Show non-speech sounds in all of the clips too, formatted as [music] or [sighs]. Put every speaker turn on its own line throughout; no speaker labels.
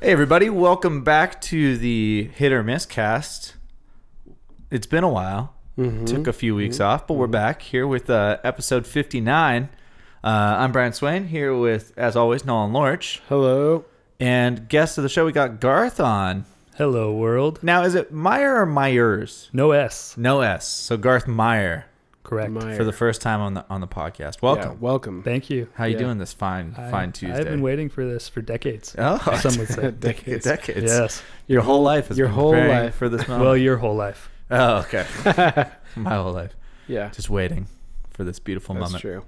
Hey, everybody, welcome back to the Hit or Miss cast. It's been a while, took a few weeks off, but we're back here with uh, episode 59. Uh, I'm Brian Swain here with, as always, Nolan Lorch.
Hello.
And guest of the show, we got Garth on.
Hello, world.
Now, is it Meyer or Myers?
No S.
No S. So Garth Meyer
Correct.
Meyer.
for the first time on the on the podcast.
Yeah,
Welcome.
welcome. [laughs]
Thank you.
How you
Yeah.
doing this fine
I-
fine Tuesday?
I've been waiting for this for decades.
Oh,
Some
[laughs]
would say.
decades.
Decades.
decades.
yes.
Your whole life has
Your
been
whole
preparing
life.
for this moment.
Well, your whole life.
Oh, okay. [laughs] My whole life.
Yeah,
Just waiting for this beautiful
that's
moment.
true.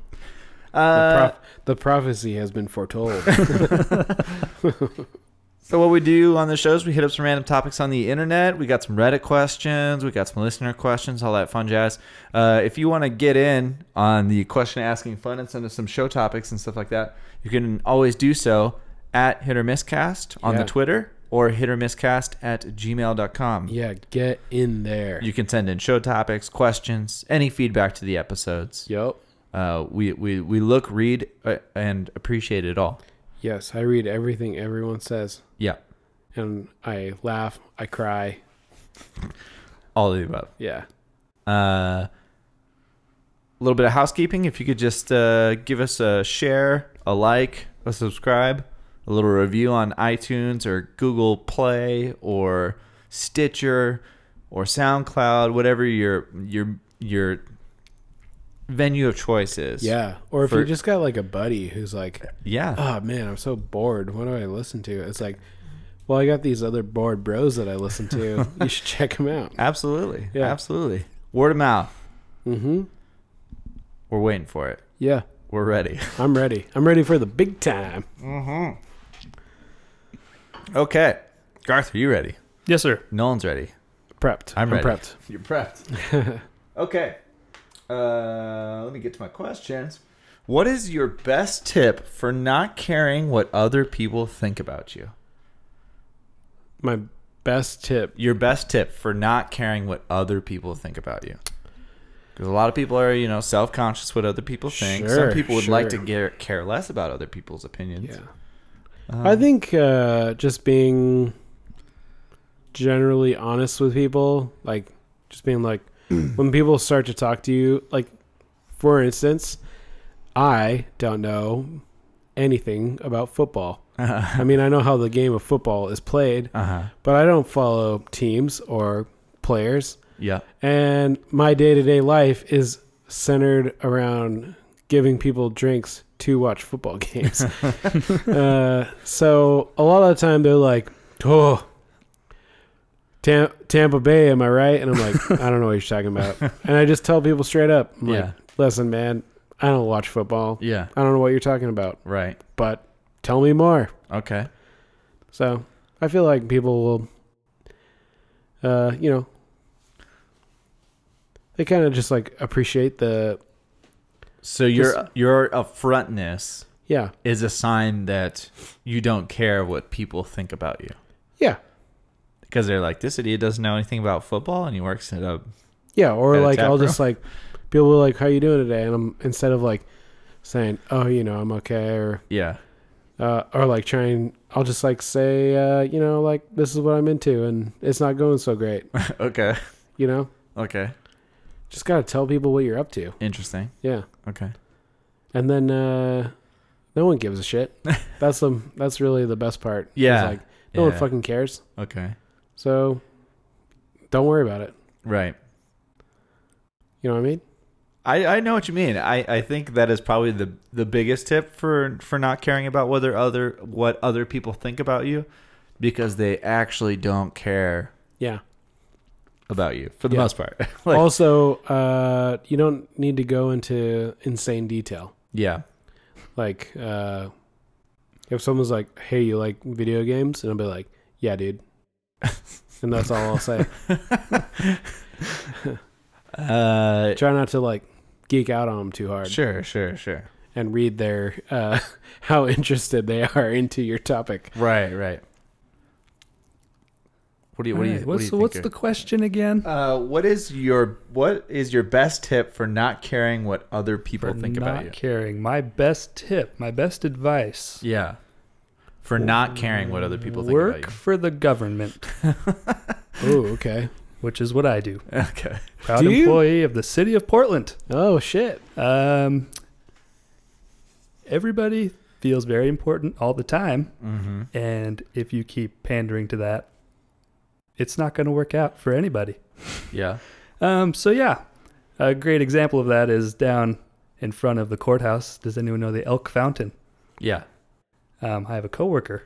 the,
Uh,
prof- the prophecy has
[laughs]
been foretold.
so what we do on the show is we hit up some random topics on the internet. We got some Reddit questions. We got some listener questions. All that fun jazz. Uh, if you want to get in on the question asking fun and send us some show topics and stuff like that, you can always do so at hit or miscast on the
Yeah.
Twitter or hit or miscast at gmail.com.
yeah, get in there.
You can send in show topics, questions, any feedback to the episodes.
Yup.
Uh, we, we, we look, read, uh, and appreciate it all.
Yes, I read everything everyone says,
Yeah,
and I laugh, I cry.
all of the above.
Yeah.
Uh, A little bit of housekeeping. If you could just uh, give us a share, a like, a subscribe, a little review on iTunes or Google Play or Stitcher or SoundCloud, whatever your your your venue of choice is.
Yeah. Or if
For-
you just got like a buddy who's like,
yeah.
oh man, I'm so bored. What do I listen to? It's like, well, I got these other bored bros that I
[laughs]
listen to. you should check them out.
Absolutely.
Yeah.
Absolutely. Word of mouth.
Mm-hmm.
We're waiting for it.
Yeah,
We're [laughs] ready.
I'm ready. I'm ready for the big time.
Okay. Garth, are you ready?
Yes, sir.
Nolan's ready.
Prepped.
I'm ready.
prepped.
You're prepped. [laughs] okay. Uh, let me get to my questions. What is your best tip for not caring what other people think about you?
My best tip.
Your best tip for not caring what other people think about you. Because a lot of people are, you know, self conscious what other people think. Some
Sure,
people would like to
sure.
care, care less about other people's opinions.
Yeah. I think uh, just being generally honest with people, like just being like, when people start to talk to you, like for instance, I don't know anything about football. I mean, I know how the game of football is played,
Uh huh.
but I don't follow teams or players.
Yeah.
And my day to day life is centered around giving people drinks to watch football [laughs] games. uh, so a lot of the time they're like, oh, Tam- Tampa Bay, am I right? And I'm like, I don't know what you're talking about. And I just tell people straight up, I'm
Yeah.
like, listen, man, I don't watch football.
Yeah.
I don't know what you're talking about,
Right.
but tell me more.
Okay.
So I feel like people will, uh, you know, they kind of just like appreciate the
So your
Just-
your upfrontness
yeah
is a sign that you don't care what people think about you.
yeah
Because they're like, this idiot doesn't know anything about football and he works at a
yeah or
At a
like
tap
I'll
room.
just like people will like how you doing today and I'm instead of like saying oh you know I'm okay or
yeah. [laughs]
uh, or like trying I'll just like say uh, you know like this is what I'm into and it's not going so great
okay.
you know
Okay.
just gotta tell people what you're up to
Interesting.
yeah
Okay.
and then uh, no one gives a shit.
[laughs]
That's the that's really the best part. It's
Yeah.
like no
Yeah.
one fucking cares.
Okay.
So don't worry about it.
Right.
You know what I mean?
I, I know what you mean. I, I think that is probably the the biggest tip for for not caring about whether other what other people think about you because they actually don't care
Yeah.
about you for the
Yeah.
most part. [laughs] like,
also, uh, you don't need to go into insane detail.
yeah. [laughs]
Like uh, if someone's like, "Hey, you like video games?" and I'll be like,
[laughs]
"Yeah, dude," and that's all I'll say.
Uh
Try not to like geek out on them too hard
sure, sure, sure.
and read their uh, [laughs] how interested they are into your topic.
Right, right. What do you what do you what
Alright,
do
what's
you
the,
think
what's
of-
the question again?
Uh, what is your what is your best tip for not caring what other people
For
think
not
about you?
caring. My best tip, my best advice
Yeah. for not caring what other people think
Work
about
for the government,
Oh, okay.
which is what
[laughs]
I do.
you. Okay.
Proud
Do you?
employee of the city of Portland.
Oh shit.
Um, everybody feels very important all the time,
Mm-hmm.
and if you keep pandering to that, it's not going to work out for anybody.
Yeah.
Um, so yeah, a great example of that is down in front of the courthouse. Does anyone know the Elk Fountain?
Yeah.
Um, I have a coworker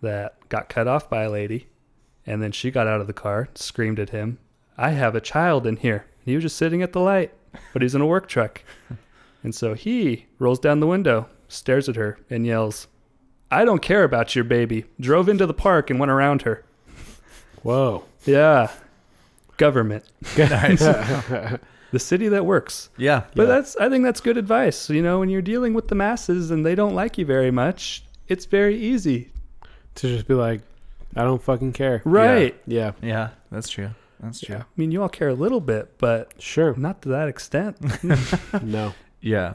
that got cut off by a lady, and then she got out of the car, screamed at him, "I have a child in here." And he was just sitting at the light, but he's in a work truck, and so he rolls down the window, stares at her, and yells, "I don't care about your baby." Drove into the park and went around her.
Whoa.
Yeah, government,
Nice.
[laughs] the city that works.
Yeah.
But
yeah.
that's I think that's good advice. You know, when you're dealing with the masses and they don't like you very much, it's very easy.
to just be like, I don't fucking care.
Right.
Yeah.
yeah. That's true. That's true.
Yeah.
I mean, you all care a little bit, but
Sure.
not to that
[laughs]
extent.
No.
Yeah.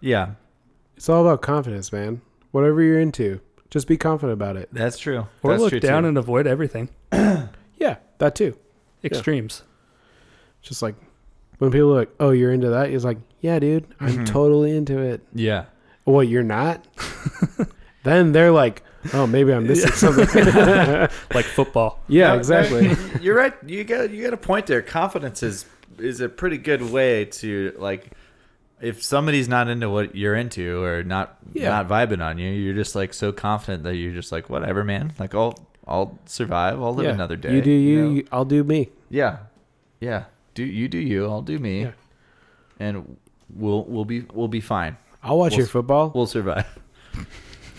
Yeah.
It's all about confidence, man. Whatever you're into, just be confident about it.
That's true.
Or
that's true
look down
too.
and avoid everything.
Yeah, that too.
Extremes.
Just like when people are like, "Oh, you're into that," he's like, "Yeah, dude, I'm
Mhm.
totally into it."
yeah.
What you're [laughs] not? then they're like, "Oh, maybe I'm missing [laughs] something." yeah,
Like football.
No,
exactly.
no, You're right. You got you got a point there. Confidence is is a pretty good way to like if somebody's not into what you're into or not
Yeah.
not vibing on you, you're just like so confident that you're just like whatever, man. Like I'll I'll survive. I'll live
Yeah.
another day.
You do you,
know?
you- I'll do me.
Yeah. Yeah. Do you do you, I'll do me.
Yeah.
And we'll we'll be we'll be fine.
I'll watch
We'll
your
s-
football.
We'll survive.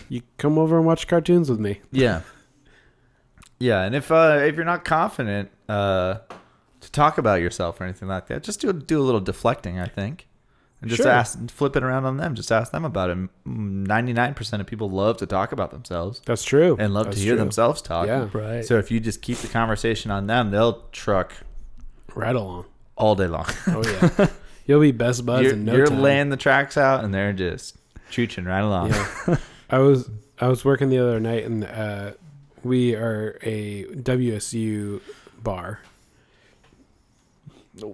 you come over and watch cartoons with me.
Yeah. Yeah, and if uh, if you're not confident uh, to talk about yourself or anything like that, just do do a little deflecting, I think, and just
Sure.
ask, flip it around on them. Just ask them about it. Ninety nine percent of people love to talk about themselves
That's true.
and love
That's
to hear
true.
themselves talk.
Yeah.
Right.
[laughs] So if you just keep the conversation on them, they'll truck
Right along.
all day long.
Oh yeah. You'll be best buds
you're
in no
you're
time.
laying the tracks out, and they're just chooching right along.
Yeah. I was I was working the other night and uh, we are a WSU bar,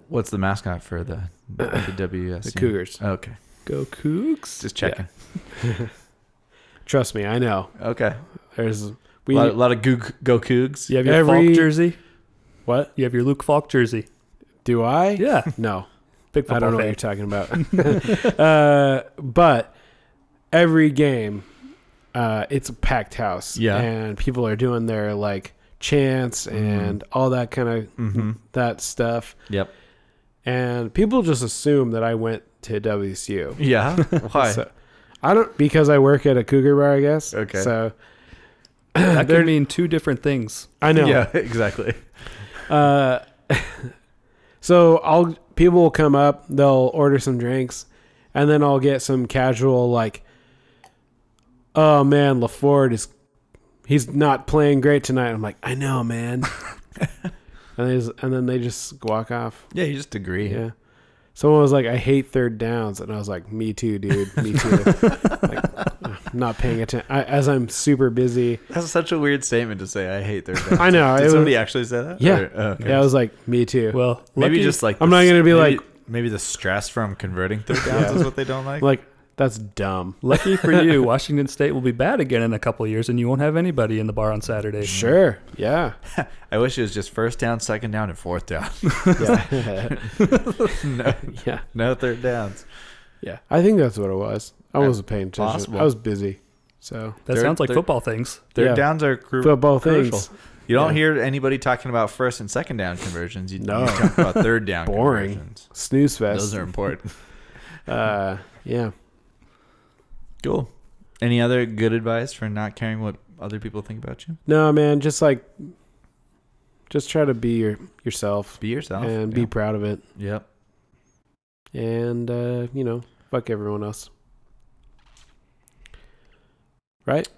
What's the mascot for the the
[coughs]
WS?
the Cougars.
Okay,
Go Cougs.
just checking.
Trust me, I know.
Okay.
There's we
a, lot, lot of Goo Go Cougs.
You have your
Every-
Falk jersey.
what
You have your Luke Falk jersey.
do I?
Yeah.
[laughs]
No,
Big football
I don't know
fan.
what you're talking about. [laughs] uh, but every game, uh, it's a packed house.
Yeah.
and people are doing their like chants and all that kind of
Mm-hmm.
that stuff.
Yep.
And people just assume that I went to WSU. [laughs]
Yeah. Why?
So, I don't because I work at a cougar bar, I guess.
Okay.
So
that
They're-
could mean two different things.
I know.
Yeah. [laughs] Exactly.
Uh, [laughs] so I'll people will come up, they'll order some drinks, and then I'll get some casual like, "Oh man, Laford is he's not playing great tonight." I'm like, "I know,
[laughs]
man," and they just, and then they just walk off.
Yeah. You just agree.
Yeah. Someone was like, "I hate third downs," and I was like, "Me too, dude. Me
[laughs]
too." like, I'm not paying attention as I'm super busy.
That's such a weird statement to say. I hate
[laughs]
their.
I know.
Did
it
somebody
was,
actually say that?
Yeah.
Or- oh, okay.
yeah, I was like, "Me too."
Well,
Maybe
lucky-
just like
I'm not
the-
gonna be
maybe-
like-
Maybe the stress from converting third
[laughs]
downs
Yeah.
is what they don't like.
like that's dumb.
[laughs]
lucky for you, Washington State will be bad again in a couple of years, and you won't have anybody in the bar on Saturday.
Sure. Yeah.
[laughs] I wish it was just first down, second down, and fourth down. [laughs]
Yeah.
no,
[laughs] yeah.
no third downs.
Yeah. I think that's what it was. I
That's
wasn't paying attention.
possible.
I was busy. So
That
They're-
sounds like
they're-
football things.
Third
Yeah.
downs are cru-
football
crucial.
things.
You don't
Yeah.
hear anybody talking about first and second down conversions. You,
No.
you talk about third down
[laughs] Boring.
conversions.
Snooze fest.
Those are important.
uh yeah.
Cool. Any other good advice for not caring what other people think about you?
No man, just like just try to be your yourself
Be yourself.
and
yeah.
be proud of it.
Yep.
And uh, you know, fuck everyone else. Right?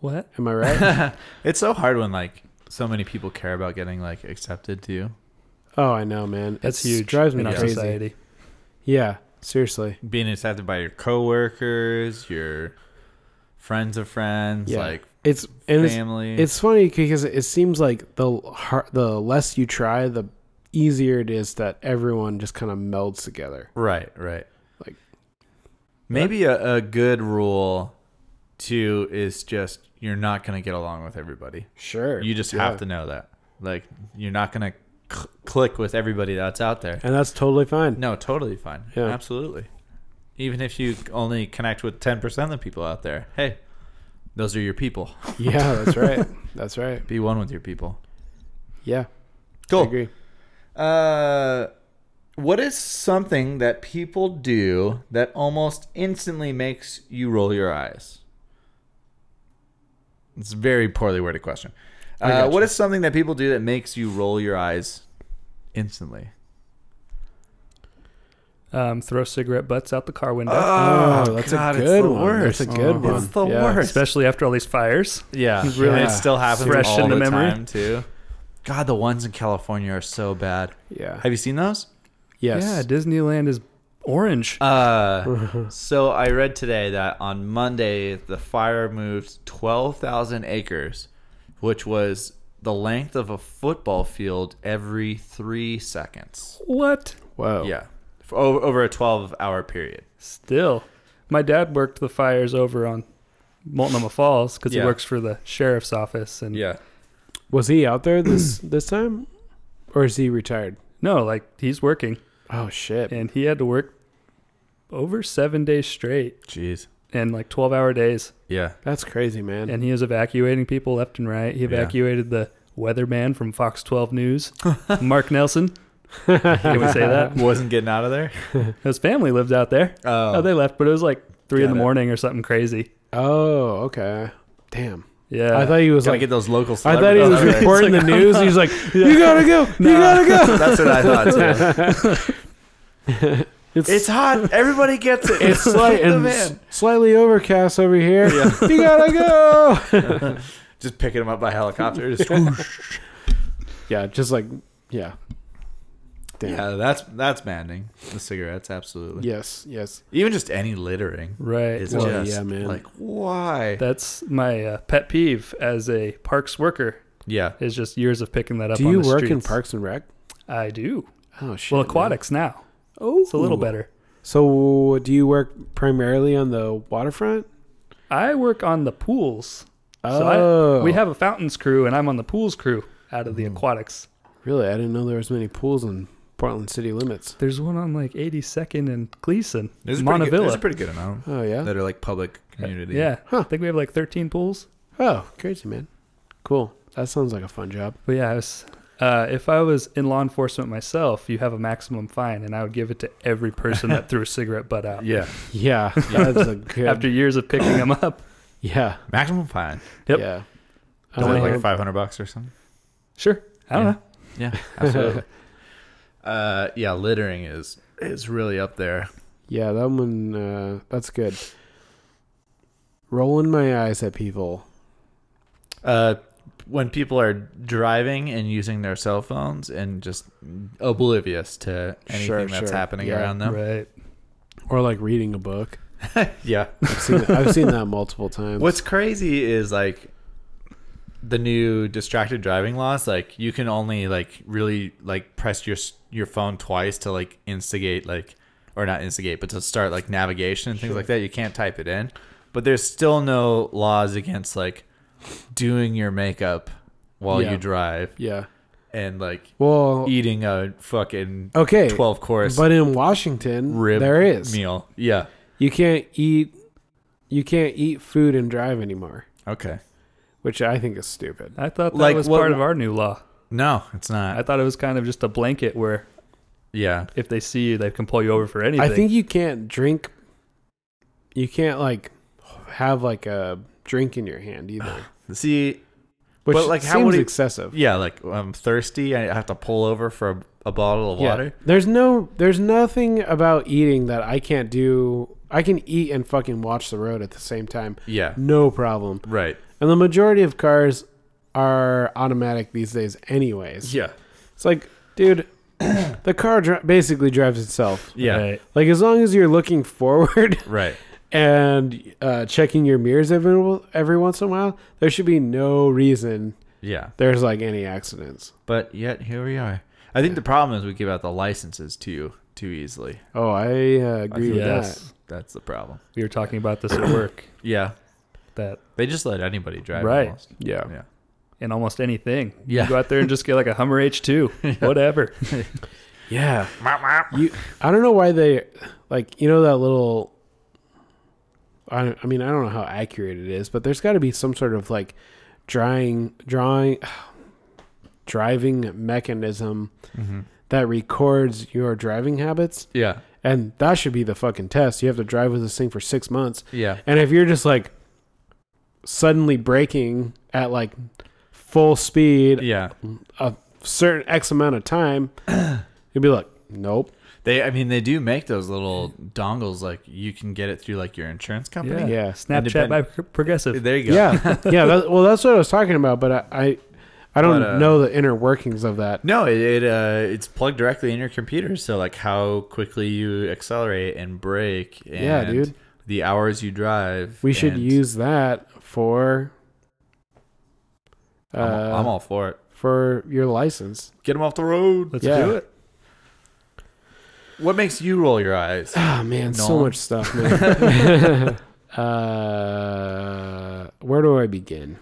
What?
Am I right?
it's so hard when like so many people care about getting like accepted too.
oh, I know, man.
That's
It's-
huge
Drives me
in our
crazy.
society.
Yeah, seriously.
Being accepted by your coworkers, your friends of friends,
Yeah.
like
It's and it's
family.
it's funny because it seems like the har- the less you try, the easier it is that everyone just kind of melds together.
right, right.
Like-
maybe a, a good rule too is just you're not gonna get along with everybody.
Sure,
You just have to know that. Like you're not gonna cl- click with everybody that's out there.
and that's totally fine.
No, totally fine.
Yeah.
Absolutely. Even if you only connect with 10% of the people out there, hey, those are your people.
Yeah, that's right. that's right.
Be one with your people.
Yeah, I
Cool.
agree.
Uh, what is something that people do that almost instantly makes you roll your eyes? It's a very poorly worded question.
I
Uh,
gotcha.
what is something that people do that makes you roll your eyes instantly?
Um, throw cigarette butts out the car window,
Oh, that's a good one. That's a good
It's
one.
the
Yeah.
worst.
especially after all these fires.
Yeah,
really
really, it still happens
fresh
all
in the
the
memory.
time too. God, the ones in California are so bad.
Yeah.
Have you seen those?
Yes.
Yeah, Disneyland is orange.
Uh, so I read today that on Monday the fire moved twelve thousand acres, which was the length of a football field every three seconds.
what?
Whoa.
Yeah, for, over, over a twelve-hour period.
Still, my dad worked the fires over on Multnomah Falls because
Yeah.
he works for the sheriff's office. And
Was he out there [clears throat] this this time, or is he retired?
no, like he's working,
Oh shit.
and he had to work over seven days straight
Jeez.
and like twelve-hour days.
Yeah.
That's crazy, man.
and he was evacuating people left and right. He
Yeah.
evacuated the weatherman from Fox 12 News,
[laughs]
Mark Nelson. Can we say that?
Wasn't getting out of there.
His family lived out there.
Oh,
Oh, they left, but it was like three in
Got
the
it.
morning or something crazy.
oh, okay. Damn.
Yeah,
I thought he was
gotta
like.
get those local.
I thought he
celebrities
was
out there.
reporting
It's
the
like,
news. He's like, [laughs] "You gotta go. You gotta go."
[laughs] That's what I thought too.
It's
It's hot. Everybody gets it. [laughs]
[laughs] it's slight
the
and s- slightly overcast over here. [laughs] you gotta go.
van. just picking them up by helicopter. Just whoosh.
Yeah, just like yeah.
[laughs]
Damn.
yeah, that's that's maddening. The cigarettes, absolutely.
Yes. Yes.
Even just any littering
right.
is
Well,
just
yeah, man.
like why?
That's my uh, pet peeve as a parks worker
yeah.
is just years of picking that up.
Do
on
you
the
work in
streets.
Parks and Rec?
I do.
Oh shit.
Well,
man.
aquatics now.
Oh,
It's a little better.
So, do you work primarily on the waterfront?
I work on the pools.
Oh,
So I, we have a fountains crew, and I'm on the pools crew out of the
Hmm.
aquatics.
really. I didn't know there was many pools in Portland city limits.
There's one on like 82nd and Gleason,
There's a, pretty good, there's
Montevilla.
a pretty good amount
Oh yeah.
that are like public community.
yeah,
Huh.
I think we have like 13 pools.
Oh, crazy man. Cool. That sounds like a fun job.
But yeah, I was, uh, if I was in law enforcement myself, you have a maximum fine, and I would give it to every person
[laughs]
that threw a cigarette butt out.
Yeah.
Yeah, [laughs] that's a good.
After years of picking
[coughs]
them up,
yeah.
Maximum fine.
Yep.
Yeah.
Is
Don't
that
Uh,
like five hundred bucks or something?
sure. I don't
Yeah.
know.
Yeah. Absolutely. uh yeah, littering is is really up there.
Yeah, that one. Uh, that's good. Rolling my eyes at people.
Uh when people are driving and using their cell phones and just oblivious to anything
Sure,
that's
sure.
happening
Yeah.
around them.
Right.
Or like reading a book.
Yeah.
I've seen that, I've seen that multiple [laughs] times.
What's crazy is like the new distracted driving laws. Like you can only like really like press your s- your phone twice to like instigate like or not instigate, but to start like navigation and things like that. You can't type it in. But there's still no laws against like doing your makeup while
Yeah.
you drive
Yeah.
and like
Well,
eating a fucking
Oh. okay.
twelve course
But in Washington,
rib
there is.
meal. Yeah.
You can't eat. You can't eat food and drive anymore,
Okay.
which I think is stupid.
I thought that
Like,
was
what- Uh.
part of our new law.
No, it's not.
I thought it was kind of just a blanket where
yeah.
if they see you, they can pull you over for anything.
I think you can't drink. You can't like have like a drink in your
[sighs]
hand either,
See,
which
But, like,
seems
how would it-
excessive.
Yeah, like I'm thirsty. I have to pull over for a, a bottle of water.
There's no there's nothing about eating that I can't do. I can eat and fucking watch the road at the same time.
Yeah,
No problem.
right.
And the majority of cars are automatic these days anyways.
Yeah,
It's like, dude, [coughs] the car dri- basically drives itself.
yeah,
Right.
Like as long as you're looking forward [laughs]
right.
and uh, checking your mirrors every every once in a while, there should be no reason
Yeah.
there's like any accidents.
But yet here we are. I think the problem is we give out the licenses too too easily.
Oh, I uh, agree with that.
Yes.
That's the problem.
We were talking about
[coughs]
this at work
Yeah.
that
They just let anybody drive
Right.
almost.
Yeah.
Yeah.
in almost anything,
Yeah.
you go out there and just get like a Hummer
[laughs]
H2, whatever.
Yeah. you, I don't know why they, like, you know, that little. I, don't- I mean, I don't know how accurate it is, but there's got to be some sort of like drawing, drawing, [sighs] driving mechanism that records your driving habits.
Yeah.
And that should be the fucking test. You have to drive with this thing for six months.
Yeah.
And if you're just like suddenly braking at like full speed
Yeah.
a certain X amount
[clears throat]
of time, you'll be like, nope.
They I mean they do make those little dongles like you can get it through like your insurance company.
Yeah.
Yeah.
Snapchat by Pro- Progressive.
There you go.
Yeah.
[laughs]
yeah. That, well, that's what I was talking about, but I, I, I don't
But, uh,
know the inner workings of that.
No, it, it uh, it's plugged directly in your computer. So like how quickly you accelerate and brake. And
Yeah, dude.
The hours you drive.
We should
and
use that for. Uh,
I'm, I'm all for it.
for your license.
Get them off the road.
Let's
Yeah.
do it.
What makes you roll your eyes?
Ah man, so
Nolan.
much
[laughs]
stuff, man. [laughs] uh, where do I begin?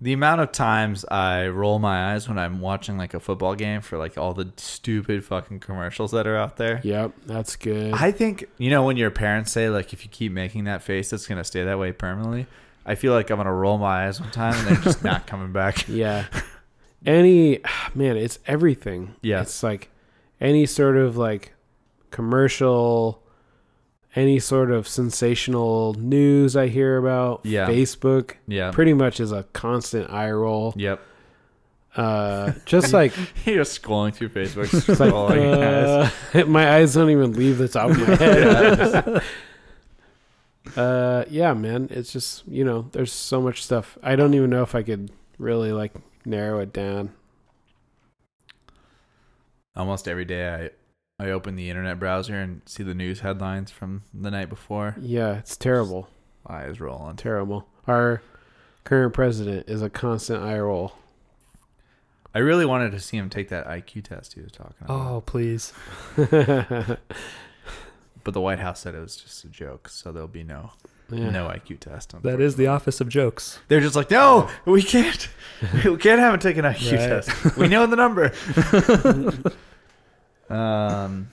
The amount of times I roll my eyes when I'm watching like a football game for like all the stupid fucking commercials that are out there.
Yep, that's good.
I think you know when your parents say like if you keep making that face, it's gonna stay that way permanently. I feel like I'm gonna roll my eyes one time and they're just not coming
[laughs]
back.
yeah. Any [sighs] man, it's everything.
Yeah.
It's like any sort of like commercial, any sort of sensational news I hear about.
Yeah.
Facebook
Yeah.
pretty much is a constant eye roll.
Yep.
Uh, just like,
[laughs] You're scrolling through Facebook,
it's like
scrolling.
uh, [laughs] my eyes don't even leave the top of my head. [laughs] uh, yeah, man. It's just you know, there's so much stuff. I don't even know if I could really like narrow it down.
Almost every day, I I open the internet browser and see the news headlines from the night before.
Yeah, it's terrible.
Eyes rolling.
Terrible. Our current president is a constant eye roll. [laughs]
I really wanted to see him take that IQ test he was talking about,
Oh, please.
yeah.
but the White House said it was just a joke, so there'll be no no IQ test.
That is the office of jokes.
They're just like, no, we can't, [laughs] we can't have him take an IQ
Right.
test. We know the number. um,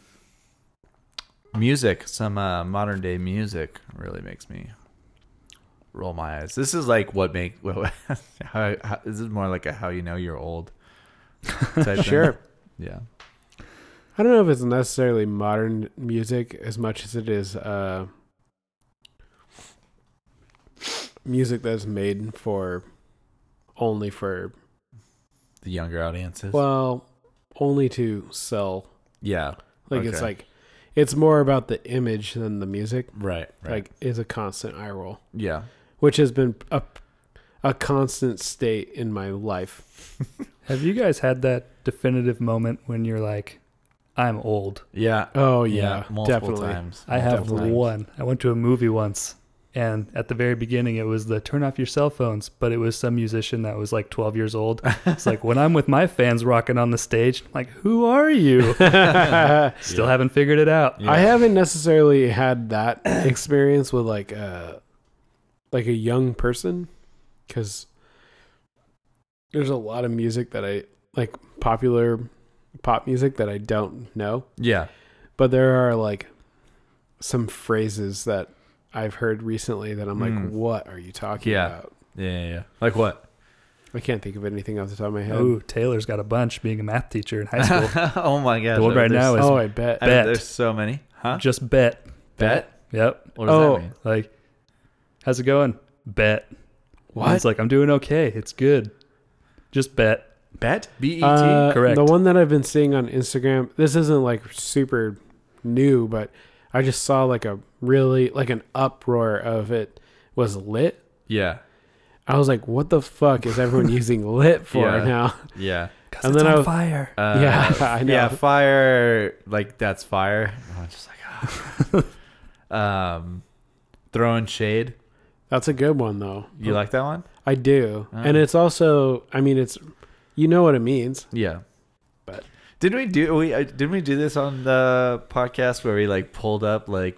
music, some uh, modern day music, really makes me roll my eyes. This is like what make. [laughs] Well, how, how, this is more like a how you know you're old. type thing.
Sure.
Yeah.
I don't know if it's necessarily modern music as much as it is uh, music that's made for only for
The younger audiences.
well, only to sell.
yeah.
Like it's
Okay.
like it's more about the image than the music.
Right. Right.
Like is a constant eye roll,
yeah.
which has been a a constant state in my life.
Have you guys had that definitive moment when you're like, I'm old?
Yeah.
Oh yeah,
multiple
definitely.
times.
I have
Definitely.
one. I went to a movie once, and at the very beginning, it was the turn off your cell phones, but it was some musician that was like 12 years old. It's like, when I'm with my fans rocking on the stage, I'm like, who
[laughs]
are you?
[laughs]
Still haven't figured it out.
Yeah.
I haven't necessarily had that [clears throat] experience with like a like a young person because there's a lot of music that I like popular pop music that I don't know,
Yeah.
but there are like some phrases that I've heard recently that I'm
Hmm.
like, what are you talking
Yeah.
about?
Yeah. Yeah. yeah. Like what?
I can't think of anything off the top of my head.
Ooh, Taylor's got a bunch being a math teacher in high school.
[laughs] oh my gosh.
The one right
There's-
now is
oh, I bet.
I bet.
Bet.
there's so many. Huh?
just bet.
Bet?
Yep.
What does
Oh.
that mean?
Like, how's it going? Bet.
What?
It's like, I'm doing okay. It's good. Just bet.
Bet? B E T?
Uh,
correct.
The one that I've been seeing on Instagram. This isn't like super new, but I just saw like a really like an uproar of it was lit.
yeah.
I was like, what the fuck is
[laughs]
everyone using lit for
Yeah.
now? [laughs]
Yeah.
Because
And
it's
then
on
I-
fire.
Uh,
Yeah, I know.
Yeah,
[laughs]
fire. Like, that's fire. I'm just like, ah. um, throwing shade.
That's a good one though.
You like that one?
I do.
Oh.
And it's also I mean it's you know what it means.
Yeah.
But-
didn't we do we uh, didn't we do this on the podcast where we like pulled up like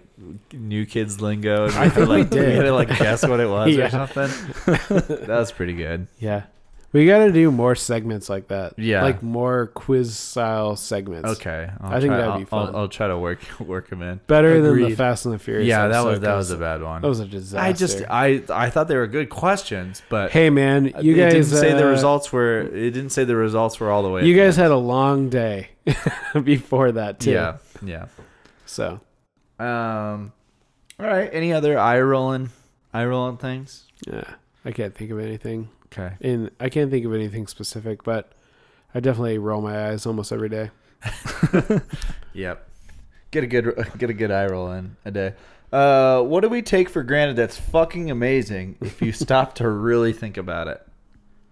new kids lingo and we
I
had to,
think we
like
did.
had to like guess what it was
[laughs] Yeah.
or something? that was pretty good.
Yeah. We got to do more segments like that.
Yeah.
Like more quiz style segments.
Okay, I'll
I think
try-
that'd be
I'll-
fun.
I'll, I'll try to work work them in.
Better than the
Agreed.
Fast and the Furious.
yeah, that
episode,
was that was
'cause
a bad one.
that was a disaster.
I just I I thought they were good questions, but
Hey man, you
it
guys
didn't say the
uh,
results were it didn't say the results were all the way.
You
at the
guys had a long day [laughs] before that too.
end. yeah,
So
yeah. Um, all right. Any other eye rolling eye rolling things?
yeah, I can't think of anything.
Okay.
And I can't think of anything specific, but I definitely roll my eyes almost every day.
Yep. Get a good [laughs] get a good eye roll in a day. Uh, what do we take for granted that's fucking amazing if you [laughs] stop to really think about it?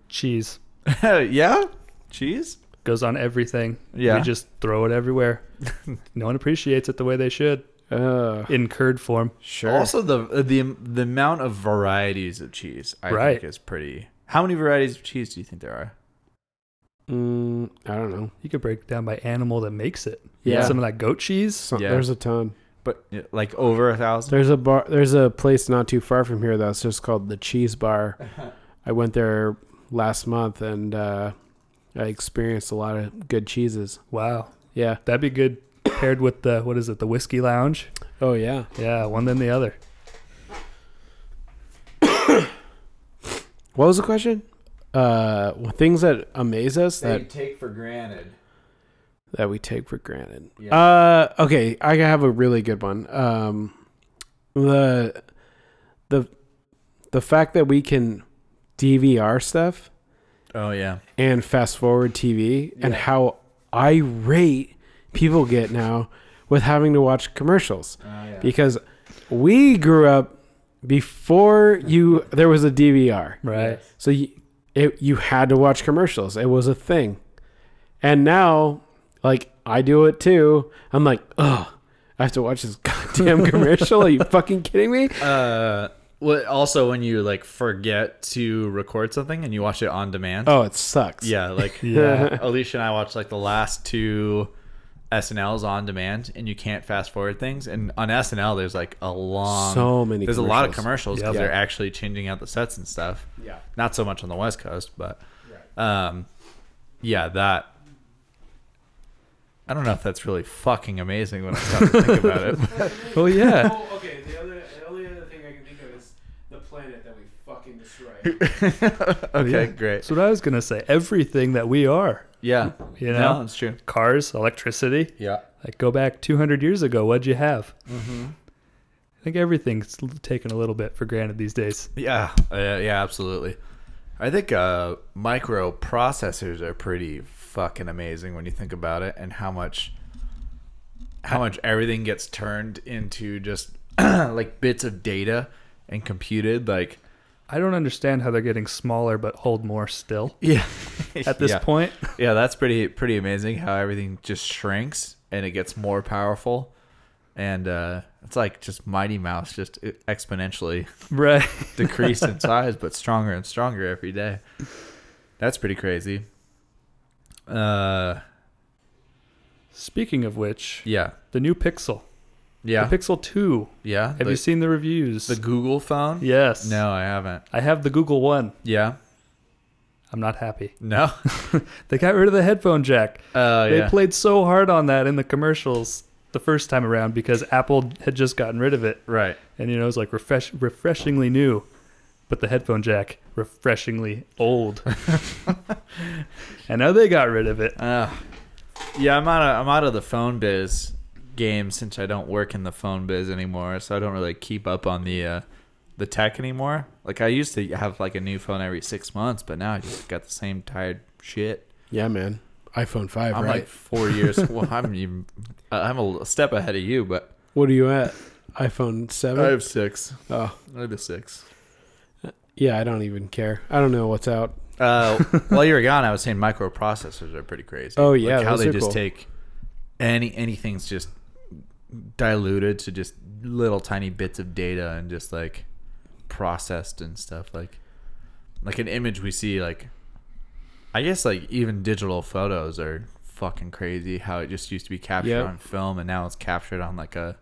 Cheese
[laughs] yeah, cheese.
goes on everything.
Yeah.
We just throw
[laughs]
it everywhere. no one appreciates it the way they should
Uh,
in curd form.
sure.
Also, the the the amount of varieties of cheese I
Right.
think is pretty. How many varieties of cheese do you think there are?
Mm, I don't know.
You could break it down by animal that makes it.
Yeah.
Some of that goat cheese.
So,
Yeah.
There's a ton.
But yeah, like over a thousand.
There's a bar. There's a place not too far from here that's just called the Cheese Bar.
[laughs]
I went there last month and uh, I experienced a lot of good cheeses.
Wow.
Yeah.
That'd be good paired with the, what is it, the whiskey lounge?
Oh yeah.
Yeah, one then the other.
What was the question? Uh, well, things that amaze us that
take for granted.
that we take for granted.
Yeah.
Uh, okay, I have a really good one. Um, the the the fact that we can DVR stuff
Oh yeah,
and fast forward TV, and how irate people get now with having to watch commercials
Uh, Oh,
because we grew up before you there was a DVR.
Right.
So you, it, you had to watch commercials. It was a thing. And now, like, I do it too. I'm like, oh, I have to watch this [laughs] goddamn commercial. Are you fucking kidding me?
Uh, well, also when you like forget to record something and you watch it on demand.
Oh, it sucks.
Yeah,
[laughs]
like
Yeah.
[laughs] Alicia and I watched like the last two SNLs on demand, and you can't fast forward things. And on SNL, there's like a long,
So many
There's a lot of commercials
commercials.
because
Yeah.
they're actually changing out the sets and stuff. [laughs]
Yeah.
Not so much on the West Coast, but, um, yeah, that. I don't know if that's really fucking amazing when I stop to think about it.
Well, yeah.
Oh, okay. The, other, the only other thing I can think of is the planet that we fucking destroy.
okay, [laughs]
Yeah.
great.
That's what I was going to say. Everything that we are.
Yeah,
You
no,
know?
that's true.
Cars, electricity.
Yeah,
Like go back 200 years ago, what'd you have? Mm-hmm. I think everything's l- taken a little bit for granted these days.
yeah, uh, yeah, absolutely. I think uh, microprocessors are pretty fucking amazing when you think about it, and how much how much everything gets turned into just [clears throat] like bits of data and computed. Like,
I don't understand how they're getting smaller but hold more still
[laughs] yeah,
at this
yeah.
point. [laughs]
yeah, that's pretty pretty amazing how everything just shrinks and it gets more powerful, and uh, it's like just Mighty Mouse just e, exponentially [laughs]
right.
decreased
[laughs]
in size, but stronger and stronger every day. That's pretty crazy. Uh,
Speaking of which,
yeah,
the new Pixel.
yeah,
The Pixel 2.
yeah.
Have
the,
you seen the reviews?
the Google phone?
[laughs] yes.
No, I haven't.
I have the Google One.
Yeah,
I'm not happy. [laughs]
no. [laughs]
They got rid of the headphone jack.
Oh
they
yeah.
played so hard on that in the commercials the first time around because Apple had just gotten rid of it.
right.
and you know it's like refresh refreshingly new but the headphone jack refreshingly
[laughs]
old and now they got rid of it
Uh, yeah, I'm out. Of, I'm out of the phone biz game since I don't work in the phone biz anymore. So I don't really keep up on the uh, the tech anymore. Like I used to have like a new phone every six months, but now I just got the same tired shit.
yeah, man. iPhone 5,
I'm
right?
like four years. Well, I'm even. I'm a step ahead of you, but
what are you at? iPhone 7?
six.
oh,
I have a six.
yeah. I don't even care. I don't know what's out.
Uh, while you were gone, I was saying microprocessors are pretty crazy.
Oh, yeah,
like how
those
they
are
just
cool.
take any anything's just diluted to just little tiny bits of data and just like processed and stuff like like an image we see like I guess like even digital photos are fucking crazy how it just used to be captured
Yep.
on film and now it's captured on like a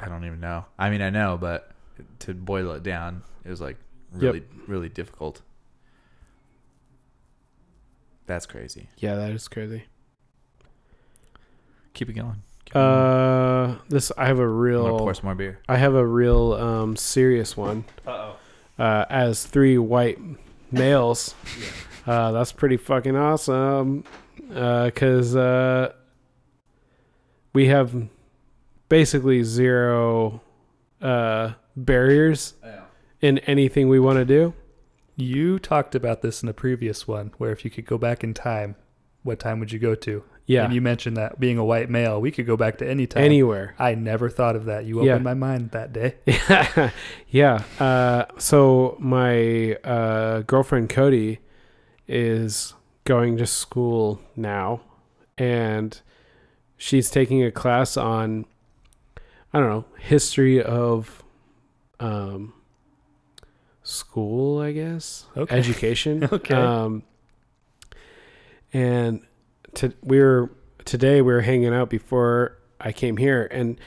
I don't even know. I mean I know, but to boil it down is like really really difficult. That's crazy.
Yeah, that is crazy.
Keep it going. Keep it going.
Uh, this I have a
I'm gonna
real
pour some more beer.
I have a real um, serious one.
Uh-oh.
Uh, as three white males, uh, that's pretty fucking awesome. Because uh, we have basically zero uh, barriers in anything we want to do.
You talked about this in the previous one, where if you could go back in time, what time would you go to?
Yeah,
And you mentioned that being a white male, we could go back to any time.
anywhere.
I never thought of that. You opened
Yeah.
my mind that day.
yeah [laughs] yeah uh, so my uh, girlfriend cody is going to school now and she's taking a class on i don't know history of um, school i guess
Okay.
education
Okay.
um, and to, we were today we were hanging out before i came here and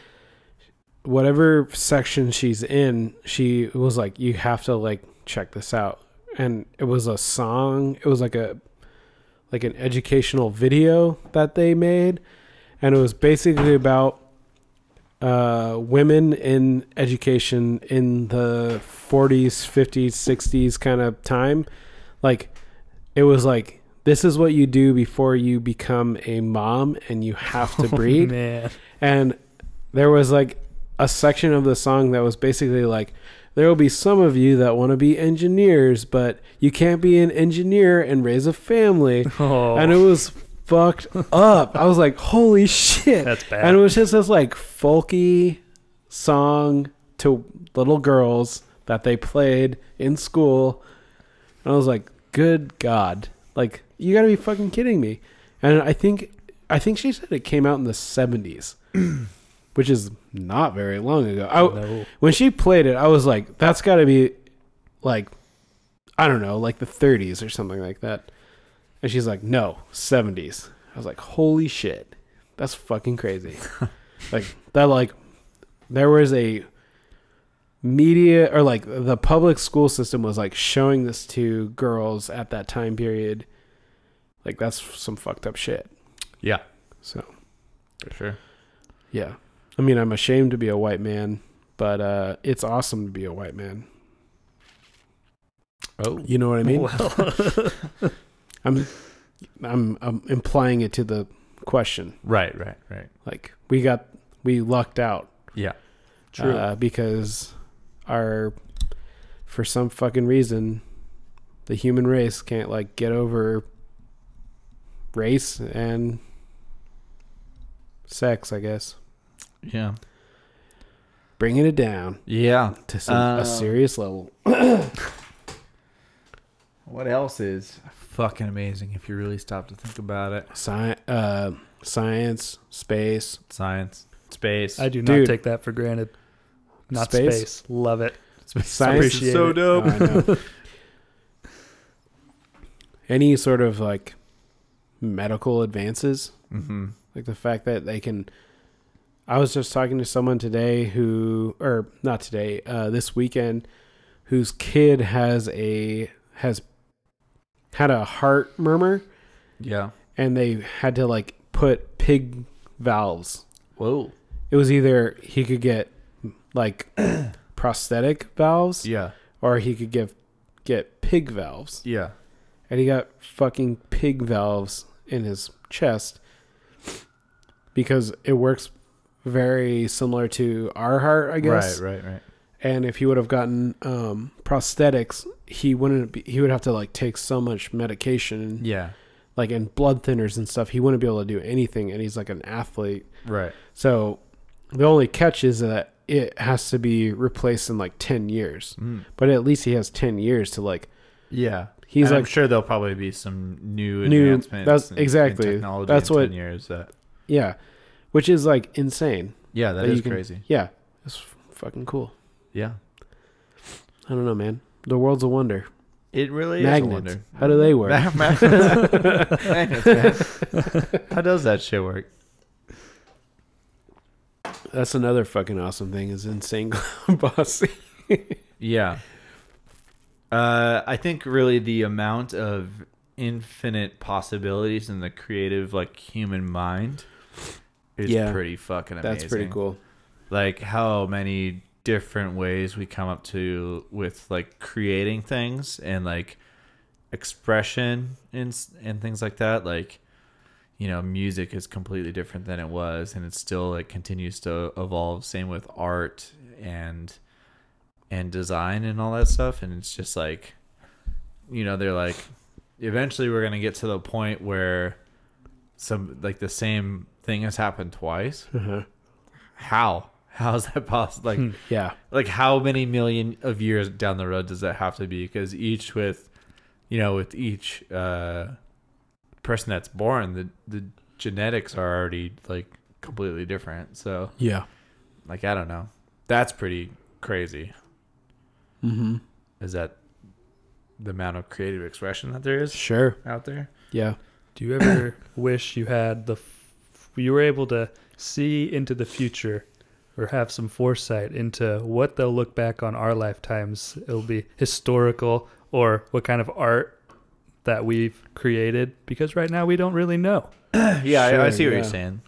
whatever section she's in, she was like, "You have to like check this out." And it was a song. It was like a like an educational video that they made, and it was basically about uh, women in education in the 40s, 50s, 60s kind of time. Like it was like this is what you do before you become a mom and you have
[laughs]
to breed
Oh, Man.
and there was like a section of the song that was basically like there will be some of you that want to be engineers but you can't be an engineer and raise a family
[laughs] Oh,
and it was fucked up i was like holy shit
that's bad.
and it was just this like folky song to little girls that they played in school. And I was like, good God. Like, you gotta be fucking kidding me. And I think I think she said it came out in the seventies. [clears throat] which is not very long ago. I,
no.
when she played it, I was like, that's gotta be like I don't know, like the thirties or something like that. And she's like, no, seventies. I was like, holy shit. That's fucking crazy. like that like there was a media or like the public school system was like showing this to girls at that time period. Like that's some fucked up shit.
Yeah,
So
for sure.
yeah. I mean I'm ashamed to be a white man, but uh it's awesome to be a white man.
Oh.
You know what I mean?
well,
I'm, I'm I'm implying it to the question.
Right, right, right.
Like we got we lucked out.
Yeah.
True.
Uh, because our for some fucking reason the human race can't like get over race and sex, I guess.
Yeah.
Bringing it down
Yeah.
to some,
Um,
Oh.
a serious level.
What else is fucking amazing if you really stop to think about it?
Sci- uh, science, space.
[laughs]
Science, space.
I do not
Dude.
take that for granted. Not
Space?
space. Love it.
Science
is Appreciate so it.
dope.
I know.
[laughs]
Any sort of like medical advances,
mm-hmm.
like the fact that they can. I was just talking to someone today who, or not today, uh, this weekend, whose kid has a has had a heart murmur,
Yeah.
and they had to like put pig valves
Whoa.
it was either he could get like prosthetic valves
Yeah.
or he could give get pig valves
Yeah.
and he got fucking pig valves in his chest because it works very similar to our heart i guess
Right. Right. Right.
and if he would have gotten um, prosthetics he wouldn't be, he would have to like take so much medication
Yeah.
like and blood thinners and stuff he wouldn't be able to do anything and he's like an athlete
Right.
so the only catch is that it has to be replaced in like 10 years.
Mm.
But at least he has 10 years to like
Yeah.
He's
And I'm
like-
sure there'll probably be some new,
New-
advancements.
that's-
in-
exactly.
In technology
That's
in
what-
10 years that.
yeah, which is like insane.
Yeah, that
But you
is
can-
crazy.
Yeah, it's f- fucking cool.
Yeah.
I don't know, man. The world's a wonder.
It really is a
Magnets.
wonder.
How do they work?
Ma-
[laughs]
magnets. Magnets, man. How does that shit work?
That's another fucking awesome thing is insane [laughs] clown posse.
Yeah. Uh, I think really the amount of infinite possibilities in the creative, like human mind, is
Yeah.
pretty fucking amazing.
That's pretty cool.
Like how many different ways we come up to with like creating things and like expression and s- and things like that. Like, you know, music is completely different than it was, and it still like continues to evolve. Same with art and and design and all that stuff. And it's just like, you know, they're like, eventually we're gonna get to the point where some like the same thing has happened twice.
Uh-huh.
How? How is that possible? Like,
Yeah.
like how many million of years down the road does that have to be because each with you know with each uh person that's born the the genetics are already like completely different so
Yeah.
like i don't know that's pretty crazy
Mm-hmm.
is that the amount of creative expression that there is
Sure.
out there
Yeah.
Do you ever wish you had the, f- you were able to see into the future, or have some foresight into what they'll look back on our lifetimes? It'll be historical, or what kind of art that we've created, because right now we don't really know.
yeah I, I
[clears throat] Sure,
see what
yeah.
you're saying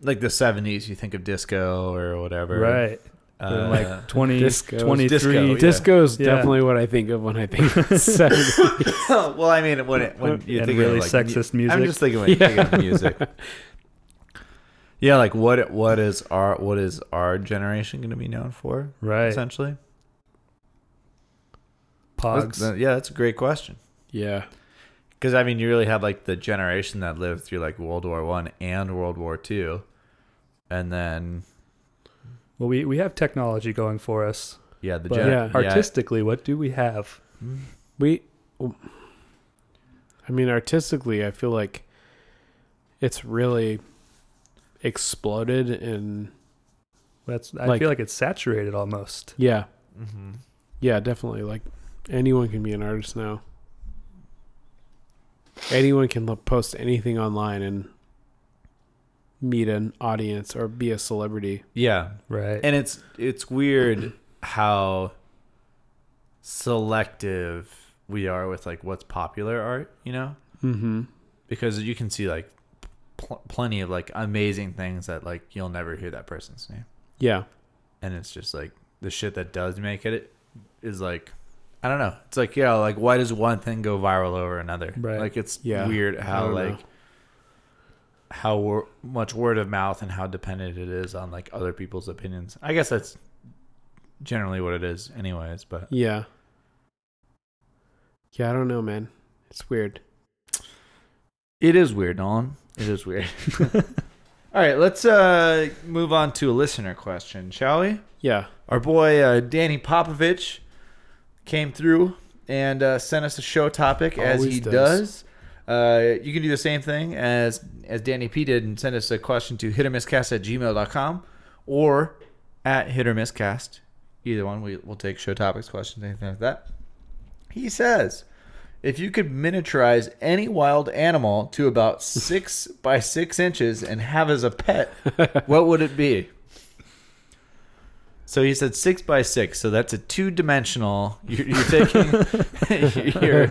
like the 70s you think of disco or whatever
Right.
uh, [laughs]
like 20,
Disco.
23.
Disco, yeah.
Disco is
Yeah.
definitely what I think of when I think
[laughs]
of sex.
well i mean when it, when you
and
think
really
of, like,
sexist music.
I'm just thinking, when you think
[laughs]
of music. Yeah, like what what is our what is our generation going to be known for?
right.
Essentially,
Pogs.
That's- yeah, that's a great question.
yeah.
Because I mean, you really have like the generation that lived through like World War One and World War Two, and then
Well, we, we have technology going for us.
yeah, the
But
gen-
yeah.
artistically, what do we have?
We, I mean, artistically, I feel like it's really exploded and
That's I
Like-
feel like it's saturated almost.
yeah,
hmm
yeah, definitely. Like anyone can be an artist now. Anyone can lo- post anything online and meet an audience or be a celebrity.
yeah,
Right.
and it's it's weird how selective we are with like what's popular art, you know?
Mm-hmm.
because you can see like pl- plenty of like amazing things that like you'll never hear that person's name
Yeah.
and it's just like the shit that does make it is like i don't know it's like yeah like why does one thing go viral over another
Right.
like it's
Yeah.
weird
I
how
don't
like
know.
how wor- much word of mouth and how dependent it is on like other people's opinions i guess that's generally what it is anyways but
Yeah. Yeah, I don't know, man. It's weird.
it is weird nolan it is
[laughs]
weird [laughs] all right let's uh move on to a listener question shall we
Yeah.
our boy uh, Danny Popovich came through and uh, sent us a show topic as
Always
he
does.
does. Uh, you can do the same thing as as Danny P did and send us a question to hitormisscast at gmail.com or at hit or miss cast. Either one, we, we'll take show topics, questions, anything like that. He says, if you could miniaturize any wild animal to about six [laughs] by six inches and have as a pet, what would it be? So he said six by six. So that's a two dimensional. You're, you're taking [laughs] your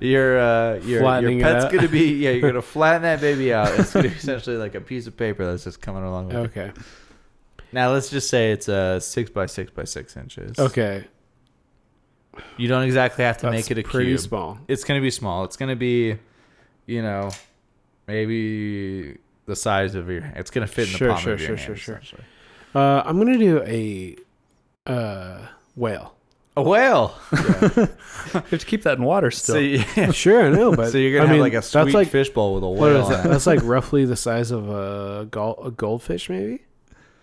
your uh, your,
Flattening it
your pet's
out.
gonna be yeah. You're
[laughs]
gonna flatten that baby out. It's gonna be essentially like a piece of paper that's just coming along. With it.
Okay.
Now let's just say it's uh, six by six by six inches.
Okay.
You don't exactly have to
That's
make it a
pretty
cube.
small.
It's gonna be small. It's gonna be, you know, maybe the size of your. It's gonna fit in
Sure,
the palm
sure,
of your
sure,
hand.
sure, sure.
essentially.
Uh, I'm gonna do a uh, whale. [laughs]
A whale.
you have to keep that in water still.
So yeah.
Sure,
[laughs]
I know, [laughs] but
so you're gonna
I
have
mean,
like a sweet
that's like
fishbowl with a
what
whale.
is
on
that?
it. [laughs]
That's
Mm-hmm.
like roughly the size of a, gol- a goldfish, maybe.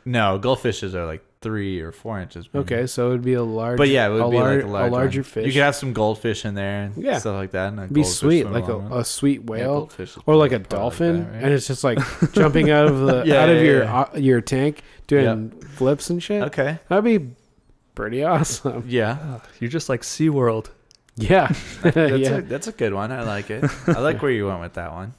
No, goldfishes are like three or four inches. maybe.
Okay, so it would be a large.
But yeah, it would
a
be
lar-
like a, large
a larger
one.
fish.
You could have some goldfish in there and
Yeah.
stuff like that. And a
be
goldfish
sweet,
swim
like a,
along with it.
a sweet
Yeah,
whale
goldfish is
or like a
probably
dolphin,
that, right?
and it's just like
[laughs]
jumping out of the
Yeah,
out of
yeah,
your
yeah.
uh, your tank doing flips and shit.
okay.
That'd be pretty
[laughs]
awesome.
Yeah,
Ah, you're just like SeaWorld.
Yeah,
that's,
[laughs] yeah.
A, that's a good one. I like
[laughs]
it. I like where you went with that one.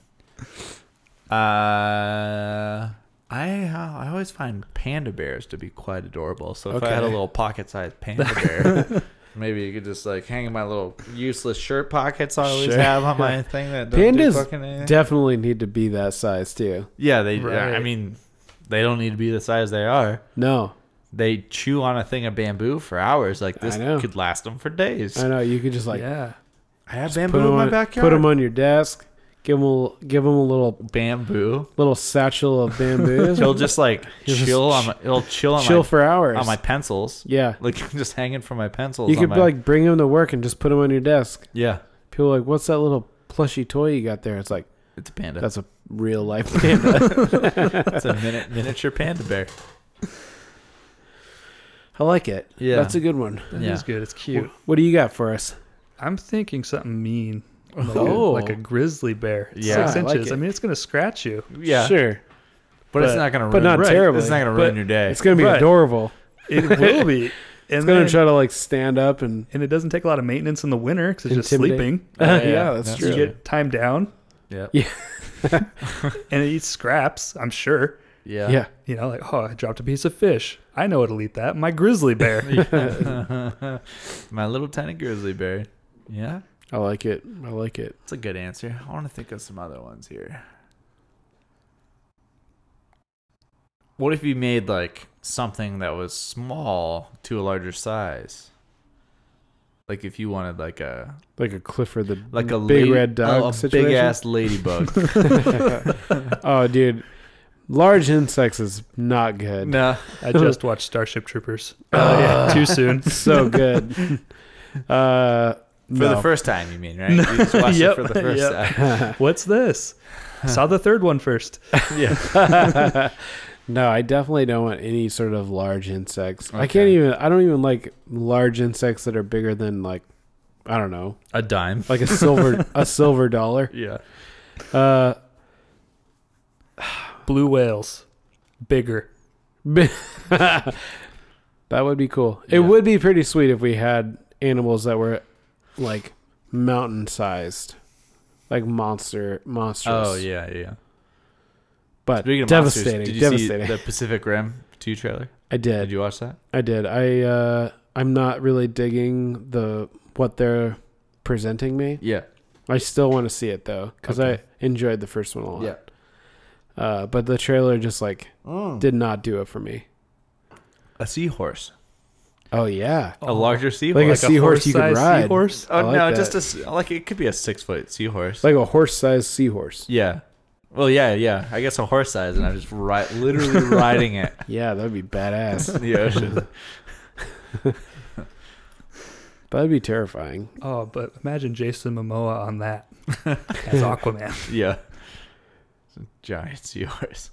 Uh, I uh, I always find panda bears to be quite adorable. So if I had a
Okay.
little pocket-sized panda bear,
[laughs]
maybe you could just like hang in my little useless shirt pockets I always
Sure.
have on
[laughs]
my thing that don't do
Pandas
fucking anything.
Definitely need to be that size too.
yeah, they. I
Right.
mean, they don't need to be the size they are.
No,
They chew on a thing of bamboo for hours. Like this
I know.
could last them for days.
I know you could just like
yeah.
I have
put
bamboo
them
in my
on
backyard.
put them on your desk. Give them a, give 'em a little
bamboo.
little satchel
[laughs]
of bamboo.
He'll just like
[laughs] He'll just
chill on
ch-
my, he'll chill on
chill
my
for hours.
on my pencils.
yeah,
Like [laughs] just hanging from my pencils.
you
on
could
my-
like bring them to work and just put them on your desk.
yeah,
People are like, "What's that little plushy toy you got there?" It's like
it's a panda. That's,
that's a real life panda.
a mini- miniature panda bear.
[laughs] I like it.
Yeah.
that's a good one.
That is
Yeah.
good. It's cute.
What do you got for us?
I'm thinking something mean. Like,
Oh.
a, like a grizzly bear. It's
Yeah,
Six
I like
inches. I
it.
mean, it's going to scratch you.
Yeah,
sure.
but, it's
but-
not gonna ruin.
but not
right.
terribly.
It's not gonna ruin
But
your day.
It's gonna be
Right.
adorable.
It will be.
[laughs] It's
And,
gonna
then,
try to like stand up and
and it doesn't take a lot of maintenance in the winter because it's just
Intimidate.
sleeping.
[laughs] Yeah,
[laughs] yeah, that's
that's
true.
You get time down
Yep.
Yeah.
and it eats scraps, I'm sure.
Yeah.
Yeah,
You know, like, oh, I dropped a piece of fish. I know it'll eat that. My grizzly bear.
[laughs]
[laughs] my little tiny grizzly bear. Yeah,
I like it. I like it.
that's a good answer. I want to think of some other ones here. What if you made like something that was small to a larger size? Like if you wanted like a
Like a Clifford the
like a
big
lady-
red dog
a,
situation.
big ass
[laughs]
ladybug.
oh, dude, large insects is not
[laughs]
good.
no,
I just watched Starship Troopers. Oh, yeah. [laughs] Too soon.
So good.
[laughs]
uh,
for the first time, you mean right? You just
[laughs]
watched
Yep,
it for the first
yep.
time.
What's this? Saw the third one first.
first. [laughs] no, I definitely don't want any sort of large insects. I can't
Okay.
even. I don't even like large insects that are bigger than like, I don't know,
A
[laughs]
dime.
like
[laughs]
a silver a silver dollar.
Yeah.
Uh, [laughs]
Blue whales. Bigger.
B- that would be cool. It
Yeah.
would be pretty sweet if we had animals that were like mountain sized, like monster monstrous.
Oh yeah, yeah.
but
Speaking of monsters,
devastating,
did you
devastating.
see the Pacific Rim two trailer?
I did,
Did you watch that?
I did. I uh, I'm not really digging the what they're presenting me.
Yeah,
I still want to see it though because
Okay.
I enjoyed the first one a lot. Uh, but the trailer just like did not do it for me.
A seahorse,
Oh yeah,
a larger seahorse.
like a seahorse you could
horse-sized
ride.
Seahorse?
oh
I like
no,
that.
just a s- like it could be a six foot seahorse.
like a horse sized seahorse.
yeah. Well, yeah, yeah. I guess a horse size, and I'm just ri-
[laughs]
literally riding it
Yeah, that'd be badass. [laughs]
in the ocean.
That'd be terrifying.
Oh, but imagine Jason Momoa on that [laughs] as Aquaman.
Yeah. It's a giant seahorse.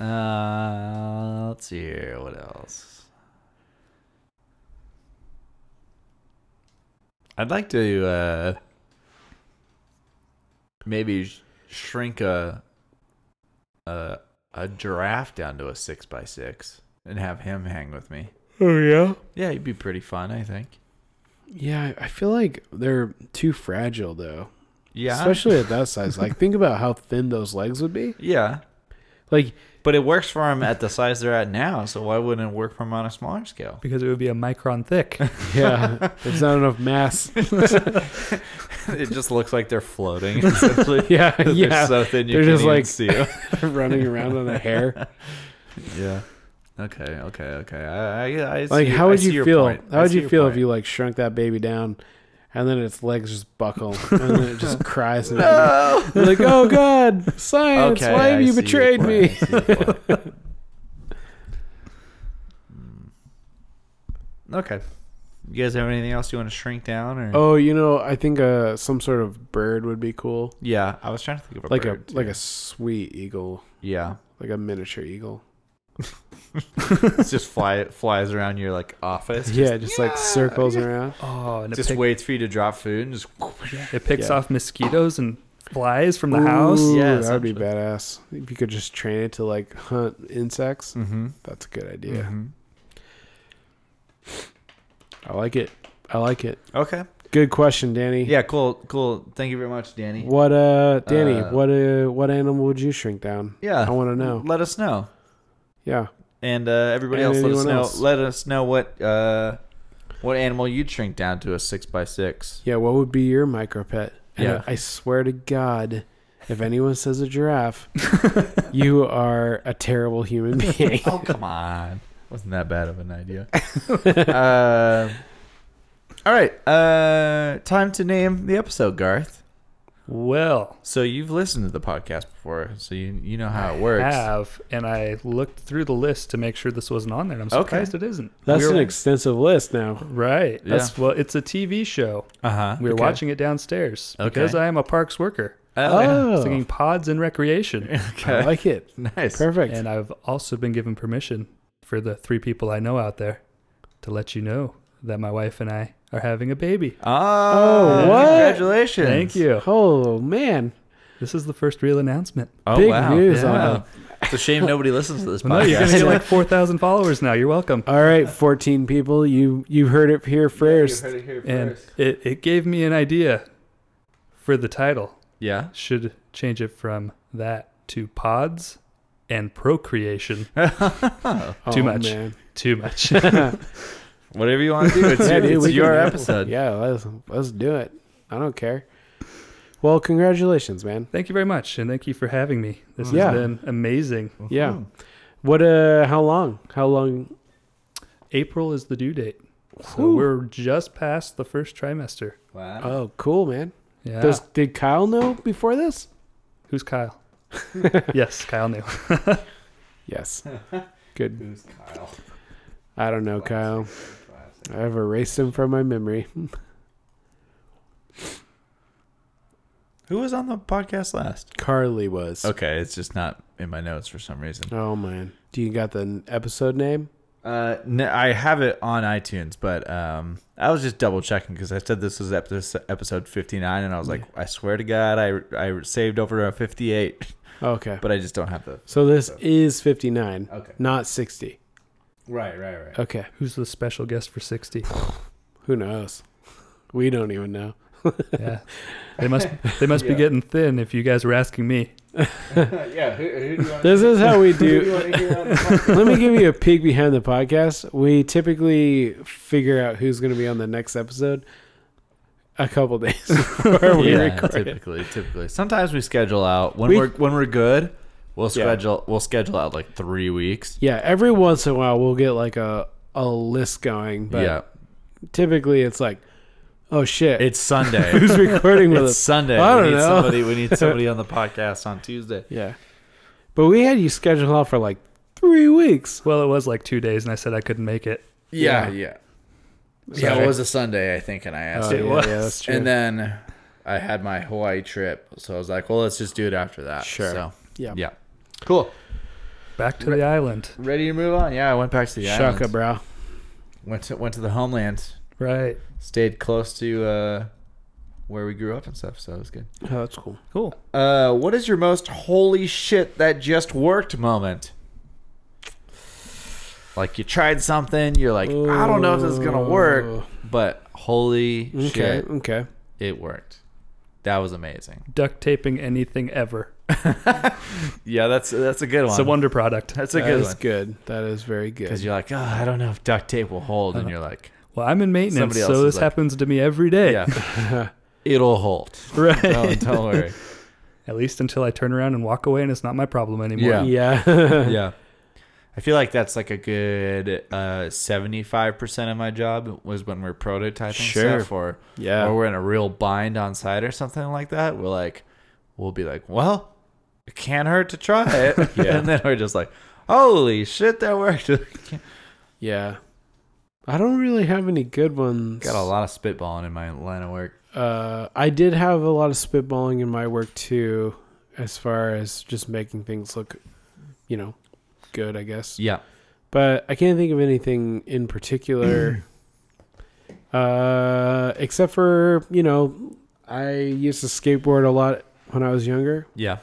Uh, let's see here. What else? I'd like to uh, maybe sh- shrink a, a a giraffe down to a six by six and have him hang with me.
[laughs] Oh yeah.
Yeah, he'd be pretty fun, I think.
Yeah, I I feel like they're too fragile though.
Yeah,
Especially at that size. Like think about [laughs] how thin those legs would be.
yeah.
Like
But it works for him at the size they're at now, so why wouldn't it work for him on a smaller scale?
Because it would be a
[laughs]
micron thick.
yeah, there's not enough mass.
[laughs] it just looks like they're
[laughs]
floating. Essentially.
[laughs] Yeah,
[laughs] They're
yeah.
so thin you
They're
can't
just
even
like-
see 'em.
[laughs] running around on a hair. [laughs]
yeah. Okay. Okay. Okay. I. I, I
Like
see-
how
I
would
see
you
your
feel?
point. I
How would
see
you
your
feel if
point.
you like shrunk that baby down and then its legs just
[laughs]
buckle and then it just cries and you're like, "Oh god, science,
Okay.
why have
I
you
see your
betrayed
point,
me?"
I see your
[laughs]
point. Mm. okay. You guys have anything else you want to shrink down or?
Oh, you know, I think uh some sort of bird would be cool.
Yeah, I was trying to think of a
like
bird,
a like
too.
a sweet eagle,
yeah.
like a miniature eagle.
It's just fly flies around your like office. Just,
yeah, just like circles around.
Oh, and it,
just
pick-
wicks for you to drop food and just.
it picks
yeah.
off mosquitoes and flies from the house.
Ooh,
Yeah,
that would be badass. If you could just train it to like hunt insects,
Mm-hmm.
that's a good idea. I like it. I like it.
Okay.
Good question, Danny.
Yeah. Cool. Cool. Thank you very much, Danny.
What uh, Danny?
Uh,
what uh, what animal would you shrink down? I
Yeah.
want to know.
Let us know,
Yeah,
and uh, everybody
And
else, let us
anyone
know.
else.
Let us know what uh, what animal you'd shrink down to a six by
[laughs]
six.
yeah. What would be your micro pet? And
Yeah.
I swear to God, if anyone says a giraffe, [laughs] you are a
[laughs]
terrible human being.
Oh come on! Wasn't that bad of an
[laughs]
idea? uh, all right. Uh, time to name the episode, Garth.
Well,
So you've listened to the podcast before, so you you know how it
I
works.
have, and I looked through the list to make sure this wasn't on there. and I'm
Okay.
surprised it isn't.
That's
We
an
were-
extensive list now.
right. That's well, it's a TV show.
Uh huh.
We were
Okay.
watching it downstairs
Okay.
because I am a parks worker.
Oh,
Singing pods
[laughs]
and recreation,
[laughs] okay.
I like it.
nice.
Perfect.
and I've also been given permission for the three people I know out there to let you know that my wife and I are having a baby.
Oh,
Oh, what?
congratulations!
Thank you.
oh man,
This is the first real announcement.
Oh,
Big news uh,
on
Wow.
them.
It's a shame nobody listens
[laughs]
to this
Well, no, you're gonna
podcast.
hit like four thousand followers now. You're welcome.
All right, 14 people, you you heard it here first.
it here
And it, it gave me an idea for the title.
Yeah.
Should change it from that to pods and
[laughs]
procreation. Too much.
Oh, Man. [laughs]
Too much.
Whatever you want to do, [laughs] it's,
Yeah,
your-
dude,
it's
we
your
can-
episode.
Yeah, let's let's do it. I don't care. Well, congratulations, man.
thank you very much, and thank you for having me. This
Yeah.
has been amazing.
Yeah. What uh how long? How long?
April is the due date, so
Whew.
we're just past the first trimester.
Wow.
Oh, cool, man.
Yeah.
Does did Kyle know before this?
[laughs]
Who's Kyle? yes, Kyle knew.
[laughs]
Yes. Good.
Who's Kyle?
I don't know, Kyle. I've erased him from my memory.
Who was on the podcast last?
Carly was.
Okay, it's just not in my notes for some reason.
Oh man. Do you got the n- episode name?
Uh, no, I have it on iTunes, but um, I was just double checking because I said this was episode episode fifty nine, and I was like, I swear to God, I I saved over a fifty eight,
Okay.
[laughs] but I just don't have
[laughs]
the.
So this is 59,
Okay.
not 60.
Right, right, right.
Okay.
Who's the special guest
[laughs]
for sixty?
Who knows? We don't even know.
Yeah, they must they must
Yeah.
be getting thin. If you guys were asking me,
[laughs]
[laughs] yeah. Who, who do you want?
This is how
[laughs]
we do.
want to hear on the podcast?
Let me give you a peek behind the podcast. We typically figure out who's going to be on the next episode a couple [laughs] days before we
yeah,
record. it.
typically, typically. Sometimes we schedule out when
We-
we, are when we're good. We'll
Yeah.
schedule we'll schedule out like three weeks.
Yeah, every once in a while we'll get like a a list going, but
yeah,
typically it's like, oh shit,
it's Sunday.
[laughs] who's recording with
it's
us?
Sunday.
I
we
don't
need
know.
somebody. We
[laughs]
need somebody on the podcast on Tuesday.
Yeah, but we had you scheduled out for like three weeks.
well, it was like two days, and I said I couldn't make it.
Yeah, yeah. Yeah,
Sorry.
it was a Sunday, I think, and I asked.
Oh,
you.
yeah,
was.
yeah, that's true.
and then I had my Hawaii trip, so I was like, "Well, let's just do it after that."
Sure.
So,
yeah,
yeah. Cool.
Back to the island,
Ready to move on? Yeah, I went back to the
Shaka,
islands.
bro.
Went to went to the homeland.
right?
Stayed close to uh, where we grew up and stuff, so it was good.
Oh, that's cool.
Cool.
Uh, what is your most holy shit that just worked moment? Like you tried something, you're like, I don't know if this is gonna work, but holy
Okay,
shit,
okay.
it worked. That was amazing.
Duct taping anything ever.
Yeah, that's that's a good one.
It's a wonder product.
that's a
That
good
is
one.
good. That is very good.
Because you're like, oh, I don't know if duct tape will hold, and you're like,
Well, I'm in maintenance,
Somebody else
so
is
this
like-
happens to me every day.
yeah, it'll hold.
Right.
Don't, don't worry.
At least until I turn around and walk away, and it's not my problem anymore.
Yeah. [laughs]
Yeah. [laughs]
yeah. I feel like that's like a good uh, 75% of my job was when we're prototyping
Sure.
stuff or,
Yeah.
or we're in a real bind on site or something like that. We're like, we'll be like, well, it can't hurt to try [laughs] it.
Yeah.
And then we're just like, holy shit, that worked. [laughs] Got
Yeah. I don't really have any good ones.
a lot of spitballing in my line of work.
Uh, I did have a lot of spitballing in my work too, as far as just making things look, you know, good. I guess.
Yeah.
but I can't think of anything
[clears throat]
in particular. uh, except for you know, I used to skateboard a lot when I was younger,
Yeah.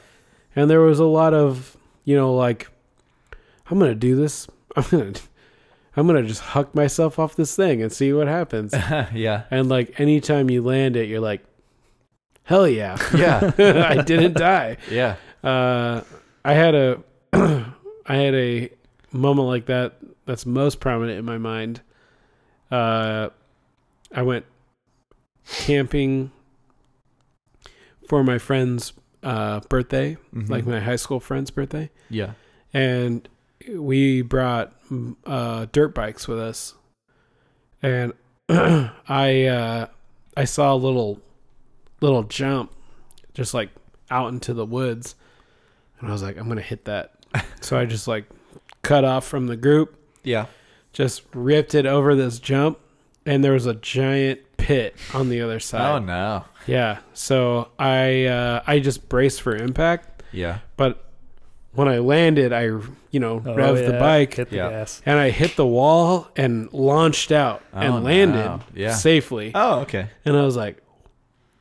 and there was a lot of you know like, I'm gonna do this. [laughs] I'm gonna, I'm gonna just huck myself off this thing and see what
[laughs]
happens.
yeah.
and like anytime you land it, you're like, hell yeah,
[laughs]
[laughs]
Yeah.
I didn't die.
Yeah.
Uh, I had a [clears throat] I had a moment like that that's most prominent in my mind. Uh, I went camping for my friend's uh, birthday,
Mhm.
like my high school friend's birthday,
yeah.
and we brought mm, uh, dirt bikes with us. And [clears throat] I uh, I saw a little little jump just like out into the woods, and I was like, I'm gonna hit that. so I just like cut off from the group,
Yeah.
just ripped it over this jump, and there was a giant pit on the other
Oh
side.
no.
Yeah, so I uh, I just braced for impact
Yeah.
but when I landed, I you know revved the
Oh, yeah,
bike
Hit the
Yeah.
gas.
and I hit the wall and launched out
Oh,
and landed
no. Yeah.
safely.
Oh okay.
And I was like,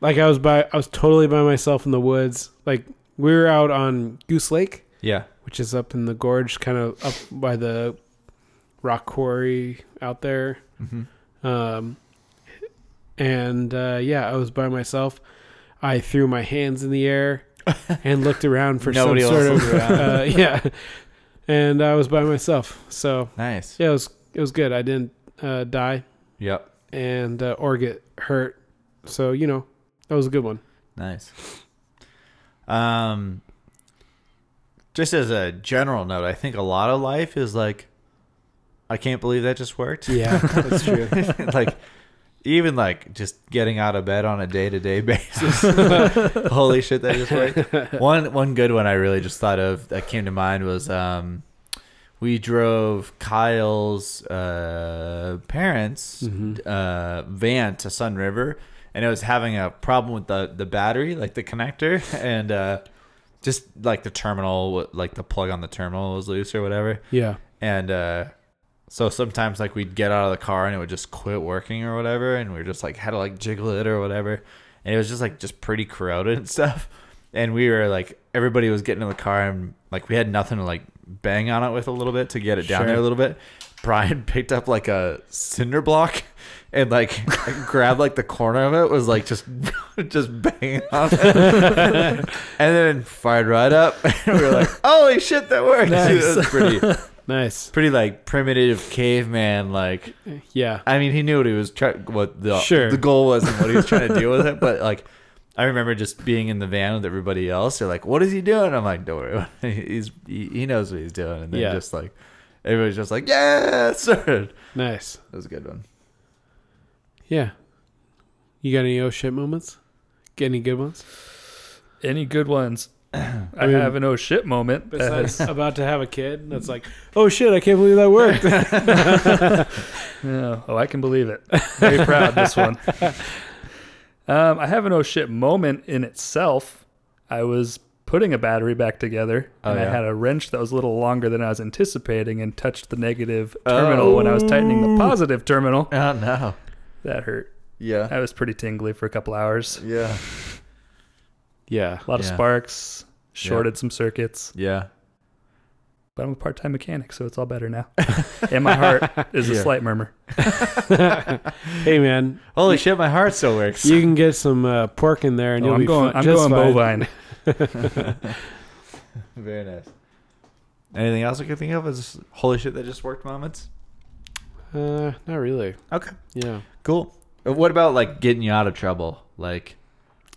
like I was by I was totally by myself in the woods. Like we were out on Goose Lake,
Yeah.
which is up in the gorge, kind of up by the rock quarry out there.
Mhm.
Um, and uh, yeah, I was by myself. I threw my hands in the
[laughs]
air and looked around for some
Nobody else
sort
looked
of
around.
uh, [laughs] yeah. And I was by myself, so
Nice.
yeah, it was it was good. I didn't uh, die
Yep.
and uh, or get hurt, so you know that was a good one.
Nice. Um, just as a general note, I think a lot of life is like, I can't believe that just worked.
Yeah, that's true.
[laughs] like, even like just getting out of bed on a day to day [laughs] basis. Holy shit, that just worked. One one good one I really just thought of that came to mind was um, we drove Kyle's uh, parents' uh, van to Sun River, and it was having a problem with the the battery, like the connector, [laughs] and uh, just like the terminal, like the plug on the terminal was loose or whatever
[laughs] Yeah,
and uh so sometimes like we'd get out of the car and it would just quit working or whatever and we were just like had to like jiggle it or whatever and it was just like just pretty corroded [laughs] and stuff and we were like everybody was getting in the car and like we had nothing to like bang on it with a little bit to get it down
Sure.
there a little bit brian [laughs] picked up like a cinder block and like [laughs] grabbed like the corner of it was like just [laughs] just banging on it [laughs] and then fired right up [laughs] and we were like holy shit that worked [laughs] it was pretty
nice.
pretty like primitive caveman like
Yeah,
i mean he knew what he was trying what the
Sure.
the goal was and what he was trying to do with [laughs] it but like i remember just being in the van with everybody else they're like what is he doing i'm like don't worry [laughs] he's he, he knows what he's doing and then
Yeah.
just like everybody's just like yes sir that
nice.
was a good one
Yeah, you got any oh shit moments? Get any good ones?
Any good
[clears throat]
ones? I
mean,
have an oh shit moment.
[laughs]
that [laughs]
[laughs]
besides
has-
about to have a kid that's like oh shit i can't believe that
[laughs]
worked [laughs]
Yeah. Oh, I can believe it. Very
[laughs]
proud this one. Um, I have an oh shit moment in itself. I was putting a battery back together,
Oh,
and
yeah.
I had a wrench that was a little longer than I was anticipating, and touched the negative terminal when I was tightening the positive terminal.
oh no
That hurt.
yeah
I was pretty tingly for a couple hours.
yeah
yeah
A lot of
Yeah.
sparks. Shorted some circuits,
yeah
but I'm a part-time mechanic, so it's all better now. [laughs] and my heart is a
Yeah.
slight murmur.
hey man
holy shit my heart still works
you can get some uh, pork in there and
Oh,
you'll
I'm
be
going.
fi-
I'm
just
going
fine. [laughs]
bovine.
very nice anything else i could think of as holy shit that just worked moments
uh not really
okay
yeah
Cool. Uh, What about like getting you out of trouble? Like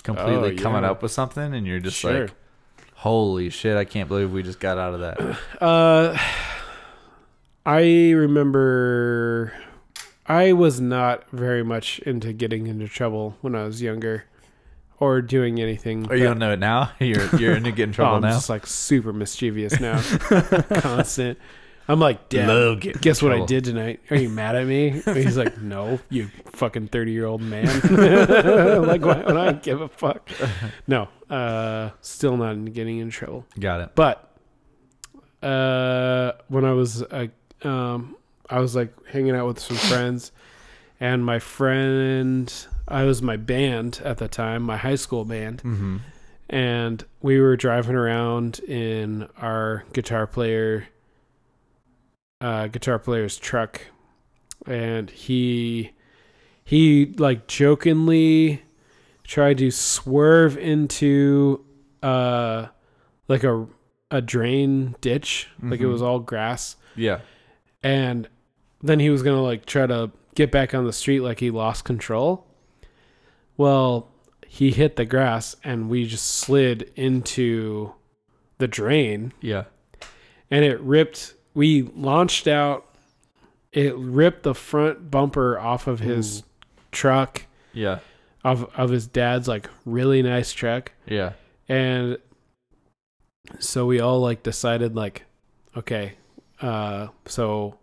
completely
Oh, yeah.
coming up with something and you're just
Sure.
like, holy shit, I can't believe we just got out of
[laughs]
that.
uh [sighs] i remember i was not very much into getting into trouble when i was younger or doing anything
Are you
that-
gonna know it now? [laughs] You're you're into getting
[laughs] Oh,
trouble
I'm
now?
just like super mischievous
[laughs]
now. Constant. I'm like, Dad,
Love getting
guess
in
what I
trouble."
did tonight? Are you mad
[laughs]
at me? And he's like, No, you fucking 30 year old man. [laughs] like, why would I give a fuck? No, uh, still not in- getting in trouble.
Got it.
But uh, when I was a, um, I was like hanging out with some friends, and my friend, I was my band at the time, my high school band,
Mm-hmm.
and we were driving around in our guitar player uh guitar player's truck and he he like jokingly tried to swerve into uh like a a drain ditch like it
Mhm.
was all grass
Yeah.
and then he was gonna like try to get back on the street like he lost control well he hit the grass and we just slid into the drain
Yeah.
and it ripped we launched out it ripped the front bumper off of his truck
Yeah.
of of his dad's like really nice truck
Yeah.
and so we all like decided like okay uh so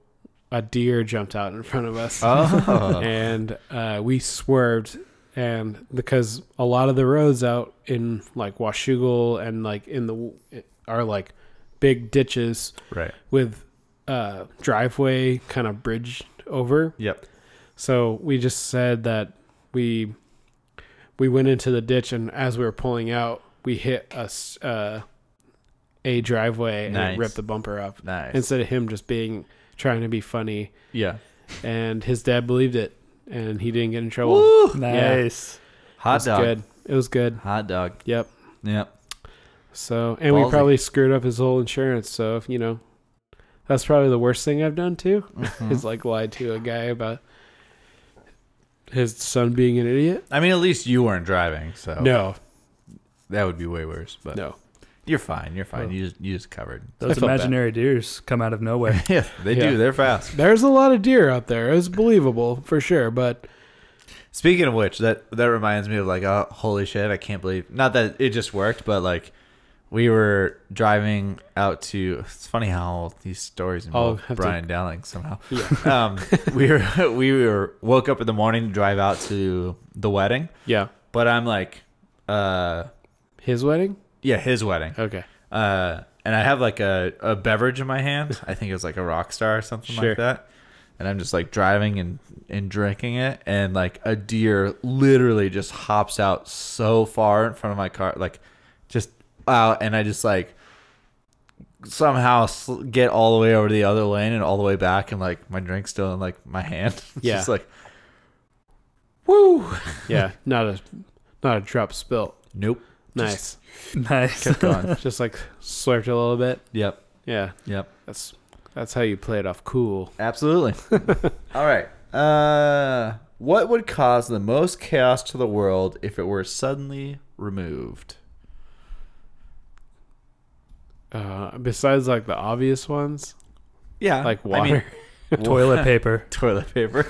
a deer jumped out in front of us
Oh.
[laughs] and uh we swerved and because a lot of the roads out in like Washougal and like in the are like big ditches
right.
with uh driveway kind of bridged over
Yep.
so we just said that we we went into the ditch, and as we were pulling out, we hit a s- uh, a driveway and
Nice.
it ripped the bumper up.
Nice.
Instead of him just being trying to be funny,
yeah.
and his dad believed it, and he didn't get in trouble.
Woo!
It
Nice.
Hot
was
dog.
good. It was good.
Hot dog.
Yep.
Yep.
So, and
Ballsy.
we probably screwed up his whole insurance. So, if you know, that's probably the worst thing I've done too.
Mm-hmm.
is like lied to a guy about his son being an idiot.
I mean, at least you weren't driving, so
No,
that would be way worse. But
no.
you're fine. You're fine.
Oh.
You just you just covered. [laughs]
I
Those
felt bad.
imaginary deers come out of nowhere.
[laughs]
[laughs]
yeah, they
Yeah.
do. They're fast.
There's a lot of deer out there. It's believable for sure, but
Speaking of which, that that reminds me of like, oh, holy shit! I can't believe. Not that it just worked, but like, we were driving out to. It's funny how these stories involve
have to-
Brian Dowling somehow.
yeah, [laughs]
um, we were [laughs] we were woke up in the morning to drive out to the wedding,
yeah.
but I'm like, uh,
His wedding.
yeah, his wedding.
Okay,
uh, and I have like a, a beverage in my hand. I think it was like a rock star or something
Sure.
like that. And I'm just like driving and, and drinking it. And like a deer literally just hops out so far in front of my car, like just out. And I just like somehow sl- get all the way over to the other lane and all the way back. And like my drink's still in like my hand. [laughs] It's
Yeah.
just like, woo.
yeah. not a not a drop spilt.
Nope.
Nice.
nice.
Kept going.
[laughs] Just, like slurped a little bit.
yep.
Yeah,
Yep.
that's that's how you play it off cool.
Absolutely. [laughs] All right. Uh, what would cause the most chaos to the world if it were suddenly removed?
Uh, besides like the obvious ones,
Yeah,
like
[laughs]
water. [laughs]
[laughs] Toilet paper.
toilet paper.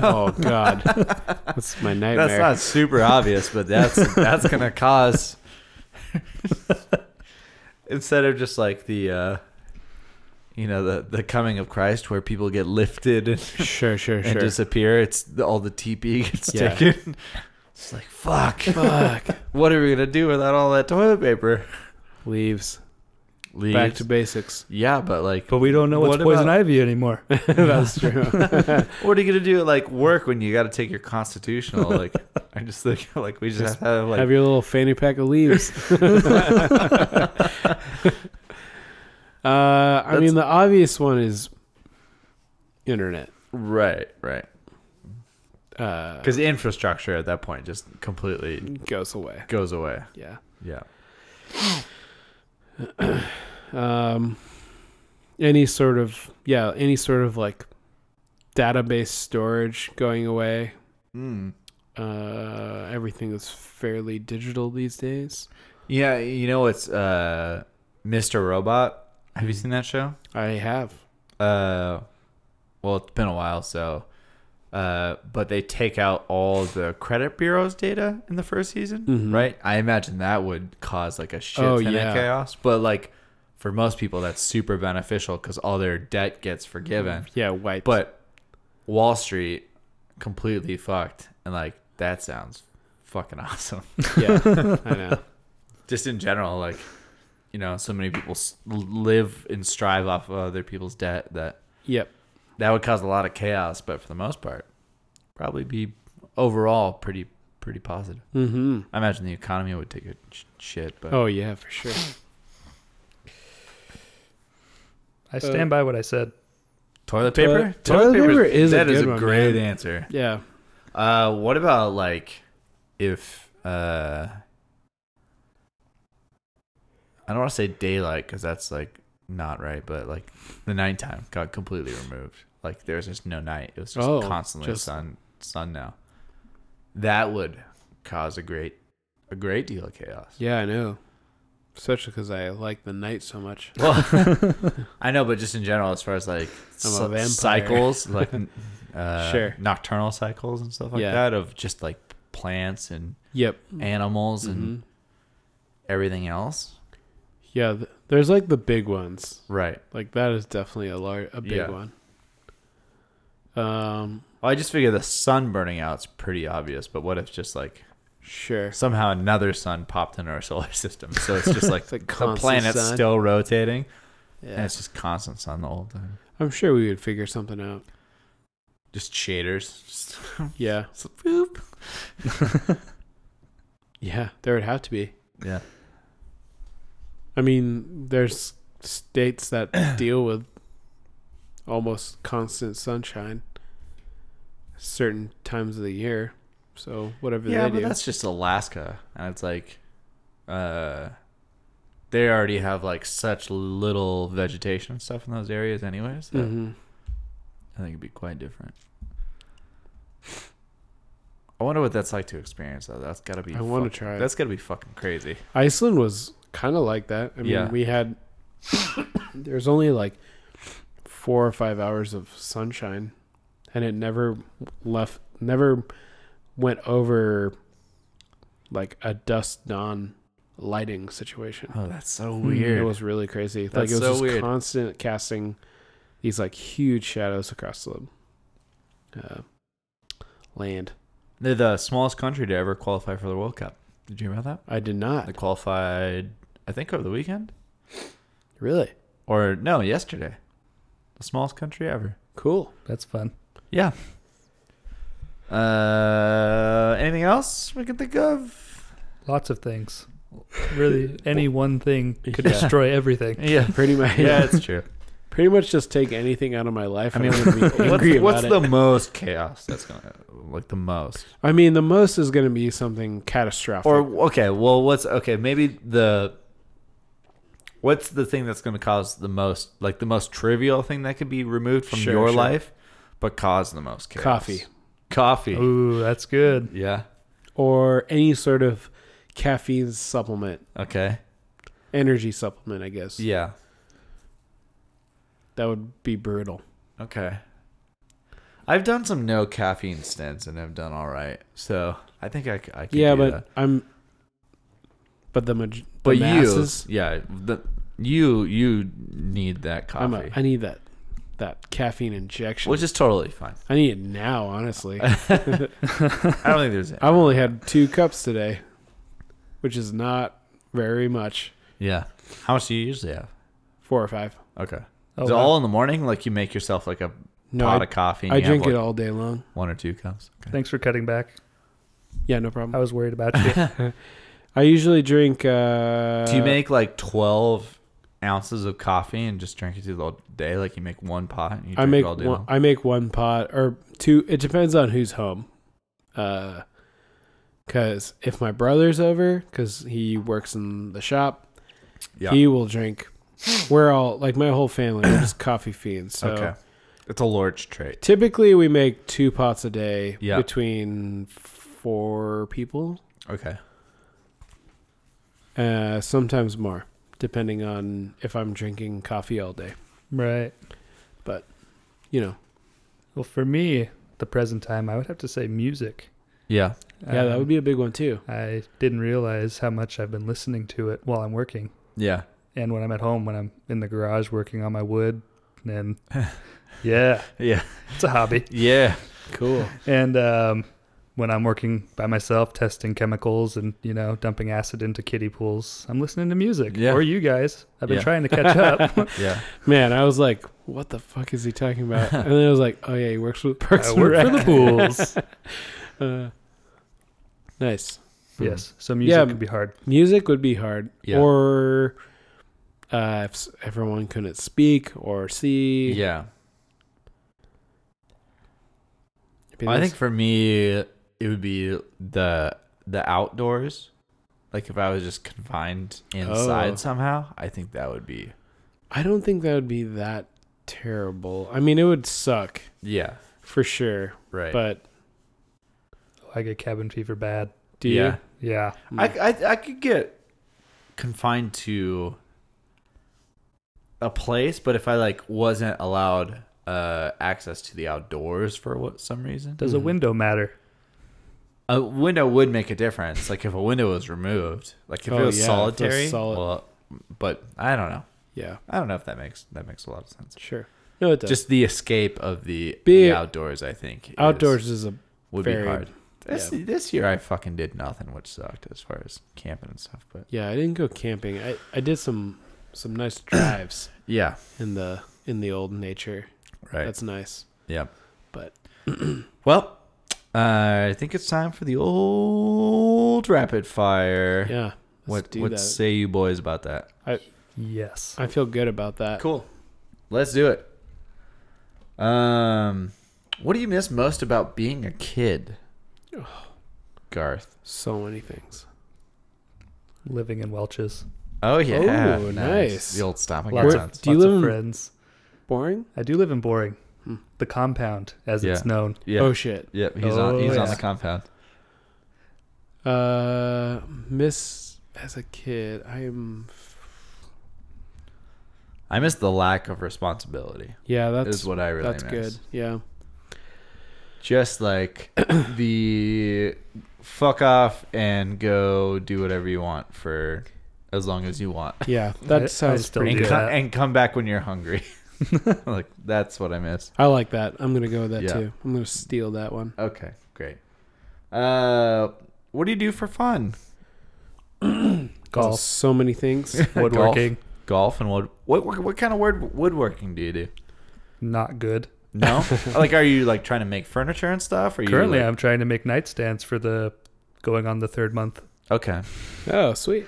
oh God, that's my nightmare.
That's not super obvious, but that's that's
[laughs]
gonna cause. Instead of just like the, uh, you know, the the coming of Christ, where people get lifted and, [laughs]
sure, sure,
and
sure.
disappear, it's the, all the TP [laughs] gets
Yeah.
taken. It's like fuck.
Fuck.
what are we gonna do without all that toilet paper?
Leaves.
leaves.
Back to [laughs] basics.
yeah, but like,
But we don't know what's
What
poison
about-
[laughs]
ivy anymore.
that's true.
what are you gonna do at like work when you got to take your [laughs] constitutional? Like, I just think [laughs] like we just,
Just
have to have like
Have your little fanny pack
[laughs]
of leaves. [laughs] uh, I mean, the obvious one is internet.
right, right,
Uh,
because infrastructure at that point just completely
goes away.
goes away.
Yeah.
Yeah,
Um, any sort of yeah, any sort of like database storage going away.
mm.
Uh, everything is fairly digital these days.
yeah. You know it's uh, Mr. Robot. Have you seen that show?
I have.
uh well it's been a while so uh but they take out all the credit bureau's data in the first season
Mhm.
right i imagine that would cause like a shit
Oh,
ton
yeah.
of chaos but like for most people that's super beneficial because all their debt gets forgiven
Yeah, wiped.
but wall street completely fucked and like that sounds fucking [laughs] awesome
yeah, I know.
just in general like you know so many people s- live and strive off of other people's debt that
Yep.
That would cause a lot of chaos, but for the most part, probably be overall pretty pretty positive.
Mm-hmm.
I imagine the economy would take a sh- shit, but
Oh yeah, for sure.
I stand by what I said.
toilet
Toilet-
paper.
toilet paper is a
that is
good one,
great
man.
answer.
Yeah.
Uh, what about like if uh, I don't want to say daylight because that's like not right, but like the nighttime got completely removed. Like there's just no night; it was just
Oh,
constantly
just-
sun sun now. That would cause a great a great deal of chaos.
Yeah, I know. Especially because I like the night so much.
[laughs] Well,
[laughs]
I know, but just in general, as far as like
I'm a
cy-
vampire.
cycles,
[laughs]
like n- uh,
Sure.
nocturnal cycles and stuff like
Yeah.
that, of just like plants and
Yep.
Mm-hmm. animals
hmm
and everything else.
Yeah, th- there's like the big ones.
Right.
Like that is definitely a lar- a big
Yeah.
one. Um,
Well, I just figure the sun burning out's pretty obvious, but what if just like
sure.
somehow another sun popped into our [laughs] solar system? So [laughs] it's just like,
It's like
the
constant
planet's
sun.
still rotating, and
Yeah.
it's just constant sun the whole time.
I'm sure we would figure something out.
Just shaders. Just [laughs]
Yeah.
it's like, boop.
[laughs] Yeah, there would have to be.
Yeah.
I mean, there's
[clears throat]
states that deal with almost constant sunshine certain times of the year. So whatever
yeah,
they
but
do.
that's just Alaska, and it's like, uh, they already have like such little vegetation and stuff in those areas, anyways. That
hmm
I think it'd be quite different. I wonder what that's like to experience, though. That's gotta be.
I want to
fuck-
try. it.
That's gotta be fucking crazy.
Iceland was kind of like that. I mean,
Yeah.
we had [coughs] there's only like four or five hours of sunshine, and it never left, never went over like a dusk dawn lighting situation. Mm,
Oh, that's so
Hmm, It
weird.
was really crazy. like
That's
it was
so
just
weird.
constant casting these like huge shadows across the uh, land.
They're the smallest country to ever qualify for the World Cup. Did you hear about
I did
that?
not
They qualified, I think, over the weekend
really
or no, yesterday. The smallest country ever.
cool.
That's fun.
Yeah. Uh, anything else we can think of?
Lots of things.
[laughs]
Really, any one thing could
Yeah.
destroy everything.
Yeah, [laughs]
Pretty much.
yeah, it's true.
pretty much just take anything out of my life.
I
I
mean, what's,
mean,
what's the most chaos that's gonna like the most?
I mean, the most is going to be something catastrophic.
Or okay, well, what's okay? Maybe the what's the thing that's gonna cause the most like the most trivial thing that could be removed from
Sure,
your
sure.
life, but cause the most chaos?
coffee,
coffee.
Ooh, that's good.
Yeah.
or any sort of caffeine supplement,
Okay.
energy supplement. I guess
Yeah.
that would be brutal.
Okay. I've done some no caffeine stints and I've done all right. So I think I, c- I can
yeah,
do
but
that.
I'm. But the, maj- the
but
masses,
you, yeah, the, you you need that
I'm
coffee,
a, I need that that caffeine injection.
which is totally fine.
I need it
[laughs]
now, honestly.
I don't think there's
[laughs]
any.
I've only had two cups today, which is not very much.
Yeah. How much do you usually have?
Four or five.
Okay.
Oh,
is it
wow.
all in the morning? Like you make yourself like a
No,
pot
I,
of coffee? And
I
you have,
drink it
like,
all day long.
One or two cups. Okay.
Thanks for cutting back.
Yeah, no problem.
I was worried about
[laughs]
you.
I usually drink. Uh,
do you make like twelve ounces of coffee and just drink it through the whole day? Like you make one pot and you drink
I make
it all day
one,
long?
I make one pot or two. It depends on who's home. Uh, cause if my brother's over, cause he works in the shop,
Yeah.
he will drink. We're all like my whole family are
[clears throat]
just coffee fiends. So
okay. It's a large trait.
typically we make two pots a day
Yeah.
between four people.
Okay.
Uh, sometimes more, depending on if I'm drinking coffee all day.
right.
You know,
Well, for me, the present time, I would have to say music. Um,
Yeah.
yeah,
Um,
that would be a big one too.
I didn't realize how much I've been listening to it while I'm working,
Yeah.
and when I'm at home, when I'm in the garage working on my wood,
[laughs]
and yeah,
Yeah. [laughs]
it's a hobby.
Yeah.
Cool.
And um, when I'm working by myself, testing chemicals and you know dumping acid into kiddie pools, I'm listening to music
Yeah.
or you guys. I've been
[laughs]
Yeah.
trying to catch up.
Yeah.
Man, I was like what the fuck is he
[laughs]
talking about? and then I was like, oh yeah, he works with Parks
I
and
work for
[laughs]
the
Rec.
pools.
Uh, nice.
yes. So music
Hmm. Yeah.
can be hard.
Music would be hard,
Yeah.
or uh, if s- everyone couldn't speak or see. [laughs]
Yeah.
it'd be
I
nice.
think for me, it would be the the outdoors. Like if I was just confined inside
Oh.
somehow, I think that would be
I don't think that would be that terrible. I mean, it would suck
yeah
for sure,
right.
but
I get cabin fever bad.
do
yeah,
you?
Yeah.
I,
Hmm.
I I could get confined to a place, but if I like wasn't allowed uh access to the outdoors for what some reason,
Does a
Mhm.
window matter?
a window would make a difference. Like if a window was removed, like if
Oh,
it was
yeah, if it was
solitary.
solid-
well, but I don't know.
yeah,
I don't know if that makes that makes a lot of sense.
sure. No, it does.
Just the escape of the,
Be-
the outdoors, I think. is-
outdoors is a
would
very-
be hard. This
yeah.
this year I fucking did nothing, which sucked as far as camping and stuff. But
yeah. I didn't go camping. I I did some some nice drives
yeah,
in the in the old nature.
right.
That's nice.
yeah.
But
Well, uh, I think it's time for the old rapid fire.
yeah, let's
what
do
what
that.
say you boys about that?
Yes.
I feel good about that.
Cool. Let's do it. Um, what do you miss most about being a
[sighs]
kid, Garth?
So many things.
Living in Welch's.
Oh yeah,
Oh, nice.
The old stomping
Lots
Where-
grounds.
of,
do you
lots of
live in-
friends.
Boring.
I do live in Boring.
Hmm.
The compound, as it's
Yeah.
known.
Yeah.
Oh shit.
Yep, he's on
Oh,
he's on
yeah.
the compound.
Uh, miss as a kid. I am.
I miss the lack of responsibility.
Yeah, that's
is what I really
that's
miss.
good.
[laughs]
Yeah.
Just
[clears throat]
like the fuck off and go do whatever you want for as long as you want.
Yeah,
I- I
that sounds
still
pretty
And,
do
good.
co-
that.
and come back when you're
[laughs]
hungry. [laughs] like that's what I miss.
I like that. I'm gonna go with that
Yeah.
too. I'm gonna steal that one.
Okay, great. Uh what do you do for fun?
There's [laughs]
Golf,
So many
[laughs]
things.
woodworking.
Golf and wood what what, what kind of wood woodworking do you do?
Not good. [laughs]
No? like are you like trying to make furniture and stuff? Or you,
Currently,
like-
I'm trying to make nightstands for the going on the third month.
Okay.
oh, sweet.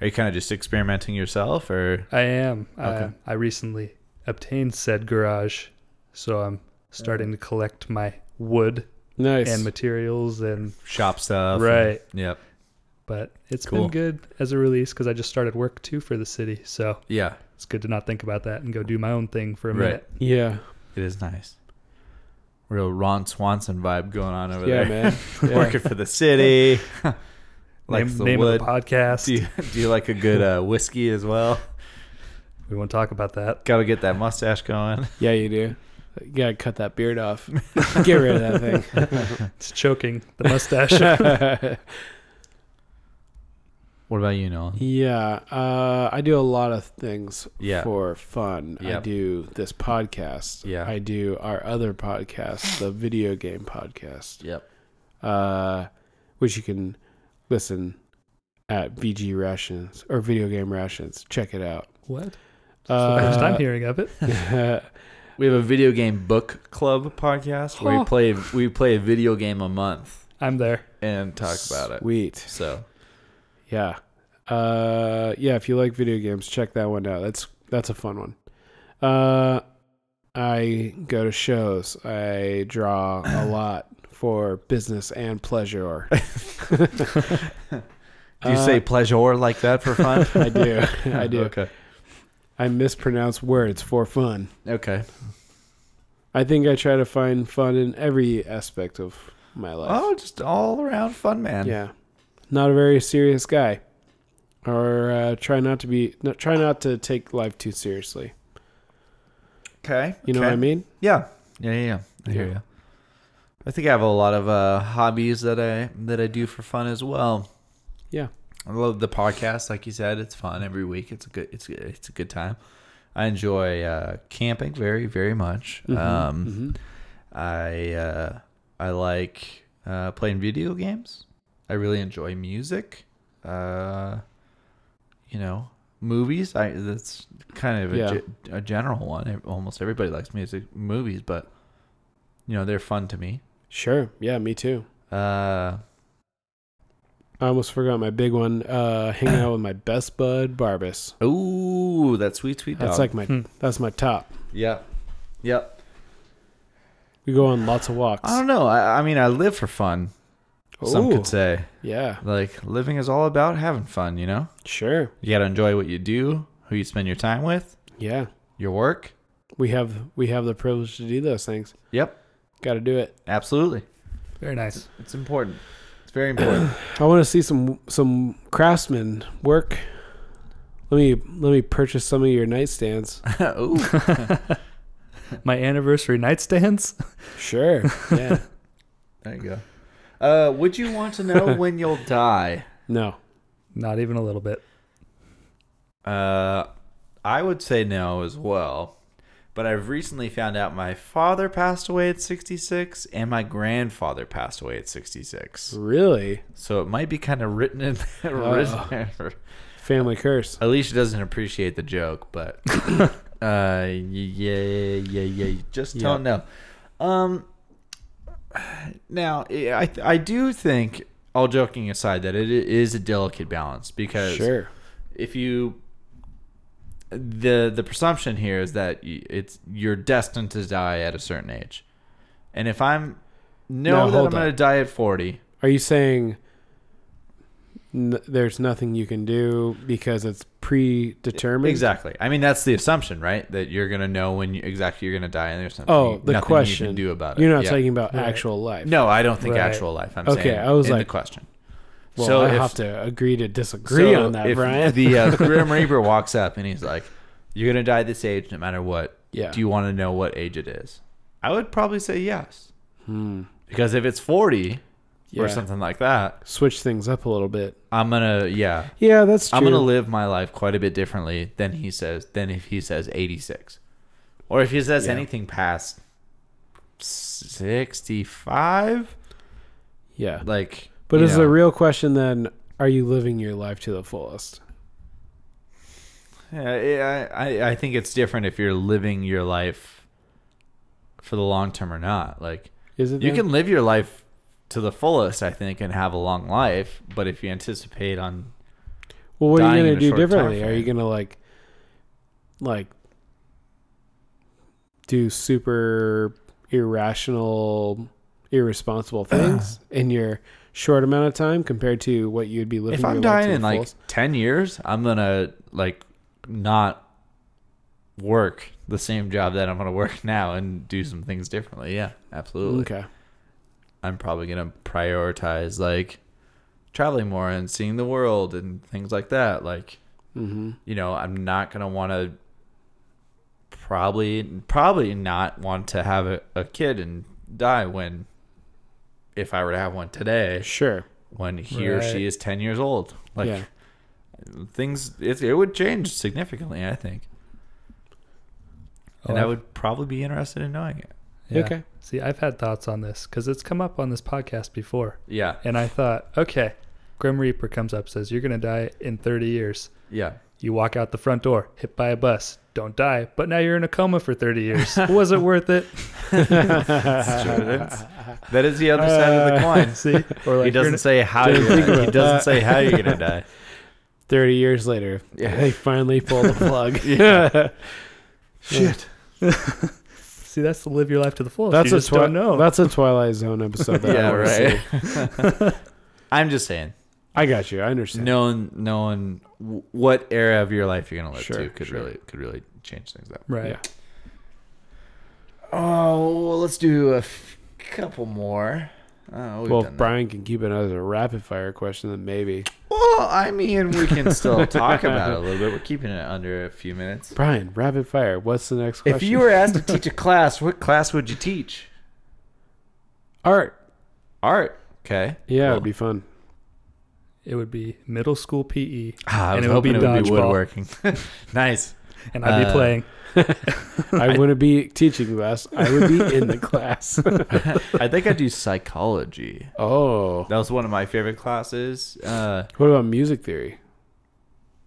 Are you kind of just experimenting yourself, or
I am.
Okay.
I, I recently obtained said garage, so I'm starting to collect my wood
Nice.
and materials and
shop stuff?
right.
Yep.
But it's
Cool.
been good as a release because I just started work too for the city, so
Yeah.
it's good to not think about that and go do my own thing for a
Right.
minute.
yeah.
It is nice. Real Ron Swanson vibe going on over
yeah,
there.
man.
[laughs]
Yeah.
Working for the [laughs] city. like
name
the
name
wood.
of the podcast.
do you, do you like a good uh, whiskey as [laughs] well?
We won't talk about that.
Got to get that mustache going.
Yeah, you do. You gotta cut that
[laughs]
beard off. Get rid of that
It's choking the mustache.
[laughs]
thing.
What about you, Nolan?
yeah, uh, I do a lot of things
Yeah.
for fun. I
Yep.
do this podcast.
Yeah.
I do our other podcast, the video game podcast.
Yep.
uh, which you can listen at VG Rations or Video Game Rations. Check it out.
what? It's
Uh,
the first I'm hearing of it.
[laughs]
We have a video game book club podcast where
Huh.
we play we play a video game a month
I'm there.
and talk about it.
Sweet.
So
Yeah. Uh, yeah. If you like video games, check that one out. That's that's a fun one. Uh, I go to shows. I draw
[laughs]
a lot for business and pleasure. Or
do you say pleasure like that for [laughs] fun?
I do. I do.
Okay.
I mispronounce words for fun.
Okay.
I think I try to find fun in every aspect of my life.
Oh, just all around fun, man.
Yeah, not a very serious guy, or uh, try not to be. No, try not to take life too seriously.
Okay.
You know
okay.
what I mean?
Yeah. Yeah, yeah, yeah. I hear
Yeah.
you. I think I have a lot of uh, hobbies that I that I do for fun as well.
Yeah.
I love the podcast, like you said. It's fun every week. It's a good. It's it's a good time. I enjoy uh, camping very very much. um,
Mhm.
I uh, I like uh, playing video games. I really enjoy music. Uh, you know, movies. I that's kind of a,
Yeah.
ge- a general one. Almost everybody likes music movies, but you know they're fun to me.
Sure. Yeah, me too.
Uh,
I almost forgot my big one. Uh, hanging out with my best bud Barbas.
ooh, that sweet sweet dog.
That's like my
Hmm.
that's my top.
yep, yep.
We go on lots of walks.
I don't know. I, I mean, I live for fun. Some
Ooh,
could say
Yeah,
like living is all about having fun. You know,
sure.
you got to enjoy what you do, who you spend your time with,
Yeah,
your work.
we have we have the privilege to do those things.
Yep,
Got to do it.
absolutely.
Very nice.
It's important. It's very [coughs] important.
I want to see some some craftsmen work. Let me let me purchase some of your
[laughs]
nightstands.
ooh,
My anniversary nightstands? [laughs]
Sure. Yeah.
there you go. Uh, would you want to [laughs] know when you'll die?
no.
Not even a little bit.
Uh, I would say no as well. But I've recently found out my father passed away at 66 and my grandfather passed away at 66.
Really?
So it might be kind of written in [laughs] Oh.
Uh-oh. Family curse.
Alicia doesn't appreciate the joke,
[laughs]
but uh, yeah, yeah, yeah, yeah. Just don't know. Um, now I I do think, all joking aside, that it is a delicate balance because
Sure.
if you the the presumption here is that y- it's you're destined to die at a certain age and if i'm know
No,
that i'm
hold
going to
on.
die at 40
Are you saying n- there's nothing you can do because it's predetermined?
exactly i mean that's the assumption right that you're going to know when you, exactly you're going to die and there's something,
Oh, the
nothing
question.
you can do about it
You're not
Yeah.
talking about
Right.
actual life.
no i don't think
Right.
actual life i'm
Okay,
saying
I was
in the
like-
question
Well,
So
I
if-
have to agree to disagree
So
on that,
if
Brian.
the, uh, the
[laughs]
grim reaper walks up and he's like you're going to die this age no matter what
yeah.
do you want to know what age it is i would probably say yes
Hmm.
because if it's 40
Yeah.
or something like that,
Switch things up a little bit.
I'm gonna yeah,
Yeah, that's true.
I'm gonna live my life quite a bit differently than he says than if he says 86, or if he says
Yeah.
anything past 65.
yeah.
Like,
But
you
is
know,
the real question then are you living your life to the fullest?
yeah, I, I I think it's different if you're living your life for the long term or not. Like,
Is it
you
then?
can live your life to the fullest, I think, and have a long life. But if you anticipate on
Well, what are
dying
you
in
going
a
to do
short
differently?
time
Are you
frame.
going to like like do super irrational
[clears throat]
irresponsible things in your short amount of time compared to what you'd be living
if
your
I'm
life
dying
to the
in like
fullest?
ten years, I'm gonna like not work the same job that I'm gonna work [laughs] now and do some things differently. Yeah, absolutely.
Okay.
I'm probably gonna prioritize like traveling more and seeing the world and things like that. Like
Mhm.
you know, I'm not gonna want to probably probably not want to have a, a kid and die when if I were to have one today
Sure.
when he or
Right.
she is 10 years old like
yeah.
things it, it would change significantly i think and
Oh,
i
I've-
would probably be interested in knowing it
yeah.
Okay.
See, I've had thoughts on this because it's come up on this podcast before.
yeah
And I thought, okay, Grim Reaper comes up, says, You're going to die in 30 years.
yeah
You walk out the front door, hit by a bus, don't die, but now you're in a coma for
[laughs]
30 years. Was it worth it?
[laughs] That's- that is the other side of the [laughs] coin
See? Or
he
like, you're
doesn't
n-
say how
Didn't
you're
think
gonna, he
about
doesn't
that.
say how you're gonna die
30 years later,
Yeah.
they
[laughs]
finally pulled the plug. [laughs]
Yeah. shit
see, that's to live your life to the fullest.
That's
you
a
just don't know.
twi- that's a Twilight Zone episode. That
[laughs] [laughs] yeah
I wanna see.
right [laughs] i'm just saying
I got you. I understand.
knowing knowing w- what era of your life you're gonna live
Sure,
to could
sure.
really could really change things up
right.
Yeah.
oh well let's do a f- couple more oh, we've
well,
done that.
if Brian can keep it as a rapid fire question, then maybe.
Well, I mean, we can [laughs] still talk about it a little bit. We're keeping it under a few minutes.
Brian, rapid fire. What's the next question?
If you were asked to teach a class, what class would you teach?
art,
Art. Okay.
yeah,
Cool.
it'd be fun.
[laughs]
It would be middle school E, PE,
[laughs]
Ah, I
And
was
it would
hoping
be
it would be
dodgeball.
woodworking. [laughs] nice.
and I'd be
Uh,
playing.
I wouldn't be teaching class. I would be in
[laughs]
the class.
I think I'd do psychology.
oh,
That was one of my favorite classes. Uh,
what about music theory?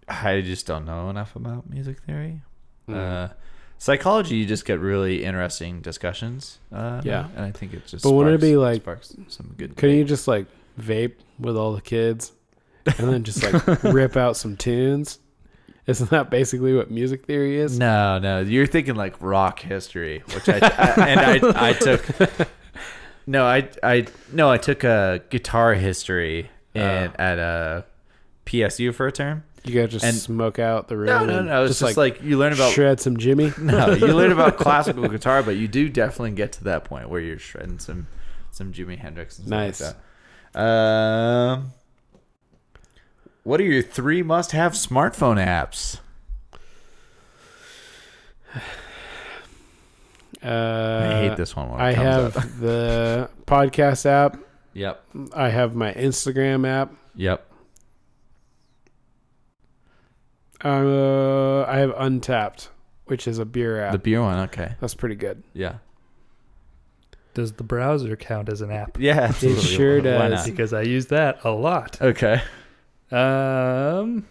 I just don't know enough about music theory.
Mm.
Uh, psychology, you just get really interesting discussions. Uh,
Yeah.
and I think it just.
But wouldn't it
sparks-
be like-
sparks some good?
Couldn't you
debate.
just like vape with all the kids and then just
[laughs]
like rip out some tunes? Isn't that basically what music theory is?
No, no, you're thinking like rock history, which I, I and I, I took. No, I I no, I took a guitar history in,
Oh.
at a PSU for a term.
You gotta just
And-
smoke out the room.
No, no,
and
no. It's just, like, you learn about
shred some Jimmy.
no, you learn about classical guitar, but you do definitely get to that point where you're shredding some some Jimi Hendrix and stuff
Nice.
like that. Um, what are your three must-have smartphone apps?
Uh,
[laughs] I hate this one. When it
I
comes
have
Up. [laughs]
the podcast app.
Yep.
I have my Instagram app.
Yep.
Uh, I have Untapped, which is a beer app.
The beer one. Okay.
That's pretty good.
Yeah.
Does the browser count as an
[laughs]
app?
[laughs] Yeah,
It sure
Why not?
does.
Because I use that a lot.
Okay.
Um,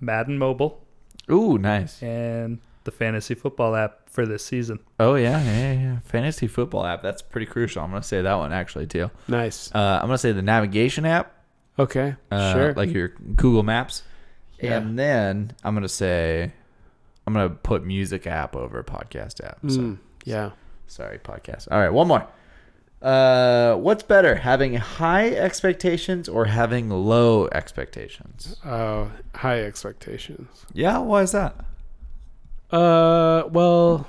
Madden Mobile
Ooh, nice.
and the fantasy football app for this season.
Oh yeah, yeah, yeah, yeah. Fantasy football app. That's pretty crucial. I'm gonna say that one actually too.
Nice.
Uh, I'm gonna say the navigation app,
Okay.
uh,
sure.
like your Google Maps,
Yeah.
and then I'm gonna say I'm gonna put music app over podcast app. So,
Mm, yeah.
Sorry, podcast. All right, one more. Uh, what's better, having high expectations or having low expectations?
Oh, high expectations.
Yeah, why is that?
Uh, well,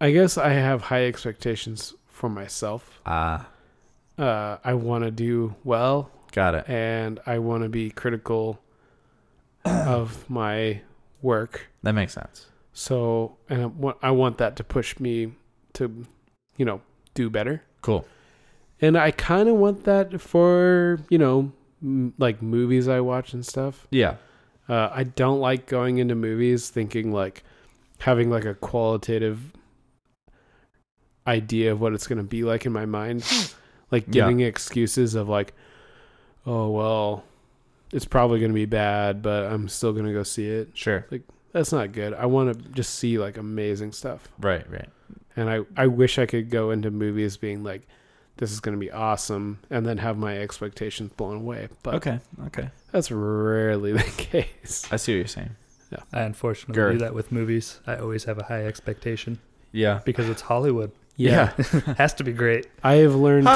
I guess I have high expectations for myself.
Ah,
Uh, I want to do well,
got it.
and I want to be critical of my work.
That makes sense.
So, and I want, I want that to push me to, you know, do better.
Cool.
And I kind of want that for, you know, m- like movies I watch and stuff.
Yeah.
Uh, I don't like going into movies thinking like having like a qualitative idea of what it's going to be like in my mind, like
Yeah.
giving excuses of like, oh well, it's probably going to be bad, but I'm still going to go see it.
Sure.
That's not good. I want to just see like amazing stuff,
Right, right.
and I I wish I could go into movies being like, this is going to be awesome, and then have my expectations blown away. But
Okay, okay.
that's rarely [laughs] the case.
I see what you're saying.
I unfortunately do
Girth.
that with movies. I always have a high expectation
Yeah.
because it's Hollywood. [laughs] Has to be great.
I have learned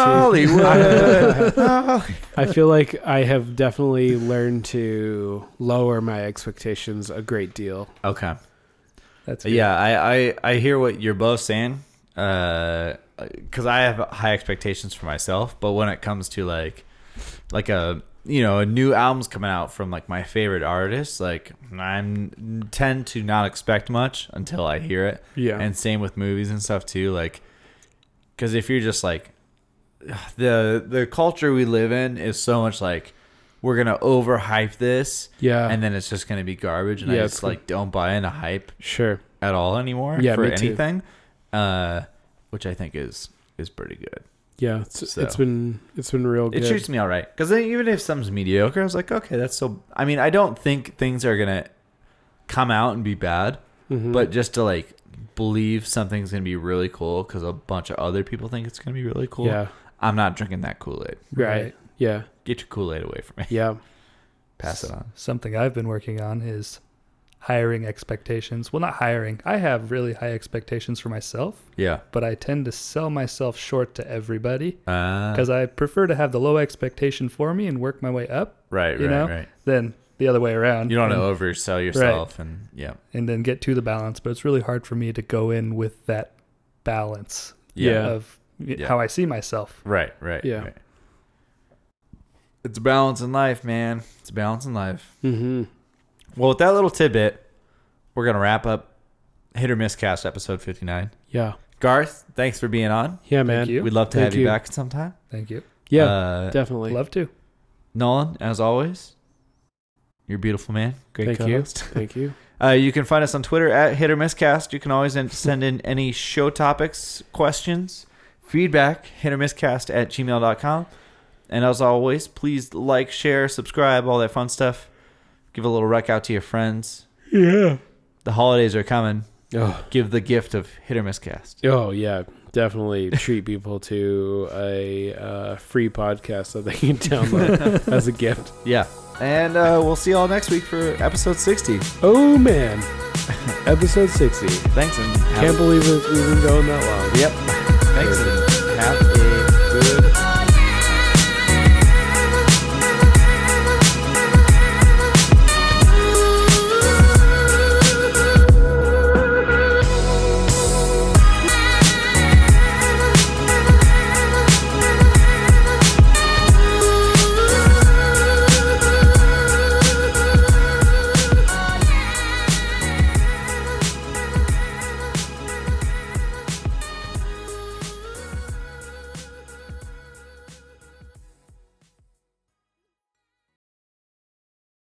Hollywood.
to. [laughs] I feel like I have definitely learned to lower my expectations a great deal.
[laughs] okay.
That's good.
Yeah, I, I, I hear what you're both saying. Uh, cause I have high expectations for myself, but when it comes to like, like a, you know, a new album's coming out from like my favorite artists, like I'm tend to not expect much until I hear it.
Yeah.
and same with movies and stuff too like because if you're just like [sighs] the the culture we live in is so much like we're gonna overhype this
yeah.
and then it's just gonna be garbage and
Yeah,
i just
it's gonna-
like don't buy into hype
sure.
at all anymore
Yeah,
for
me too.
anything uh which i think is is pretty good
Yeah. It's,
So.
it's been it's been real good.
it treats me all right because even if something's mediocre i was like okay that's so i mean i don't think things are gonna come out and be bad
Mhm.
but just to like believe something's gonna be really cool because a bunch of other people think it's gonna be really cool.
yeah.
I'm not drinking that Kool Aid.
Right.
Right.
Yeah.
Get your Kool Aid away from me.
Yeah.
Pass it on.
Something I've been working on is hiring expectations. Well, not hiring. I have really high expectations for myself,
Yeah.
but I tend to sell myself short to everybody
Uh,
because I prefer to have the low expectation for me and work my way up
right. Right.
you know,
right.
than the other way around.
You don't
and,
um,
want to oversell yourself, and yeah.
and then get to the balance, but it's really hard for me to go in with that balance
Yeah.
Yeah.
of
Yeah.
how I see myself.
Right. Right.
Yeah.
right. It's a balance in life, man. It's a balance in life.
Mm-hmm.
Well, with that little tidbit, we're gonna wrap up hit or miss cast episode 59.
Yeah.
Garth, thanks for being on.
Yeah, man.
you.
We'd love to
Thank
have you,
you.
back sometime.
Thank you.
Yeah.
Uh,
definitely.
Love to.
Nolan, as always, you're a beautiful man. Great
Thank you.
co-host.
Thank you.
Uh, you can find us on Twitter at Hit or Miscast. You can always in- send in any show topics, questions, feedback, hit or miscast at gmail.com. And as always, please like, share, subscribe, all that fun stuff. Give a little rec out to your friends.
Yeah.
The holidays are coming.
Oh,
Give the gift of hit or miss cast.
oh yeah. Definitely treat people to a uh, free podcast that they can [laughs] download as a gift.
Yeah. And uh, we'll see you all next week for episode 60.
Oh man, episode sixty.
Thanks and have
Can't believe it, we've been going that long.
Yep. Thanks and have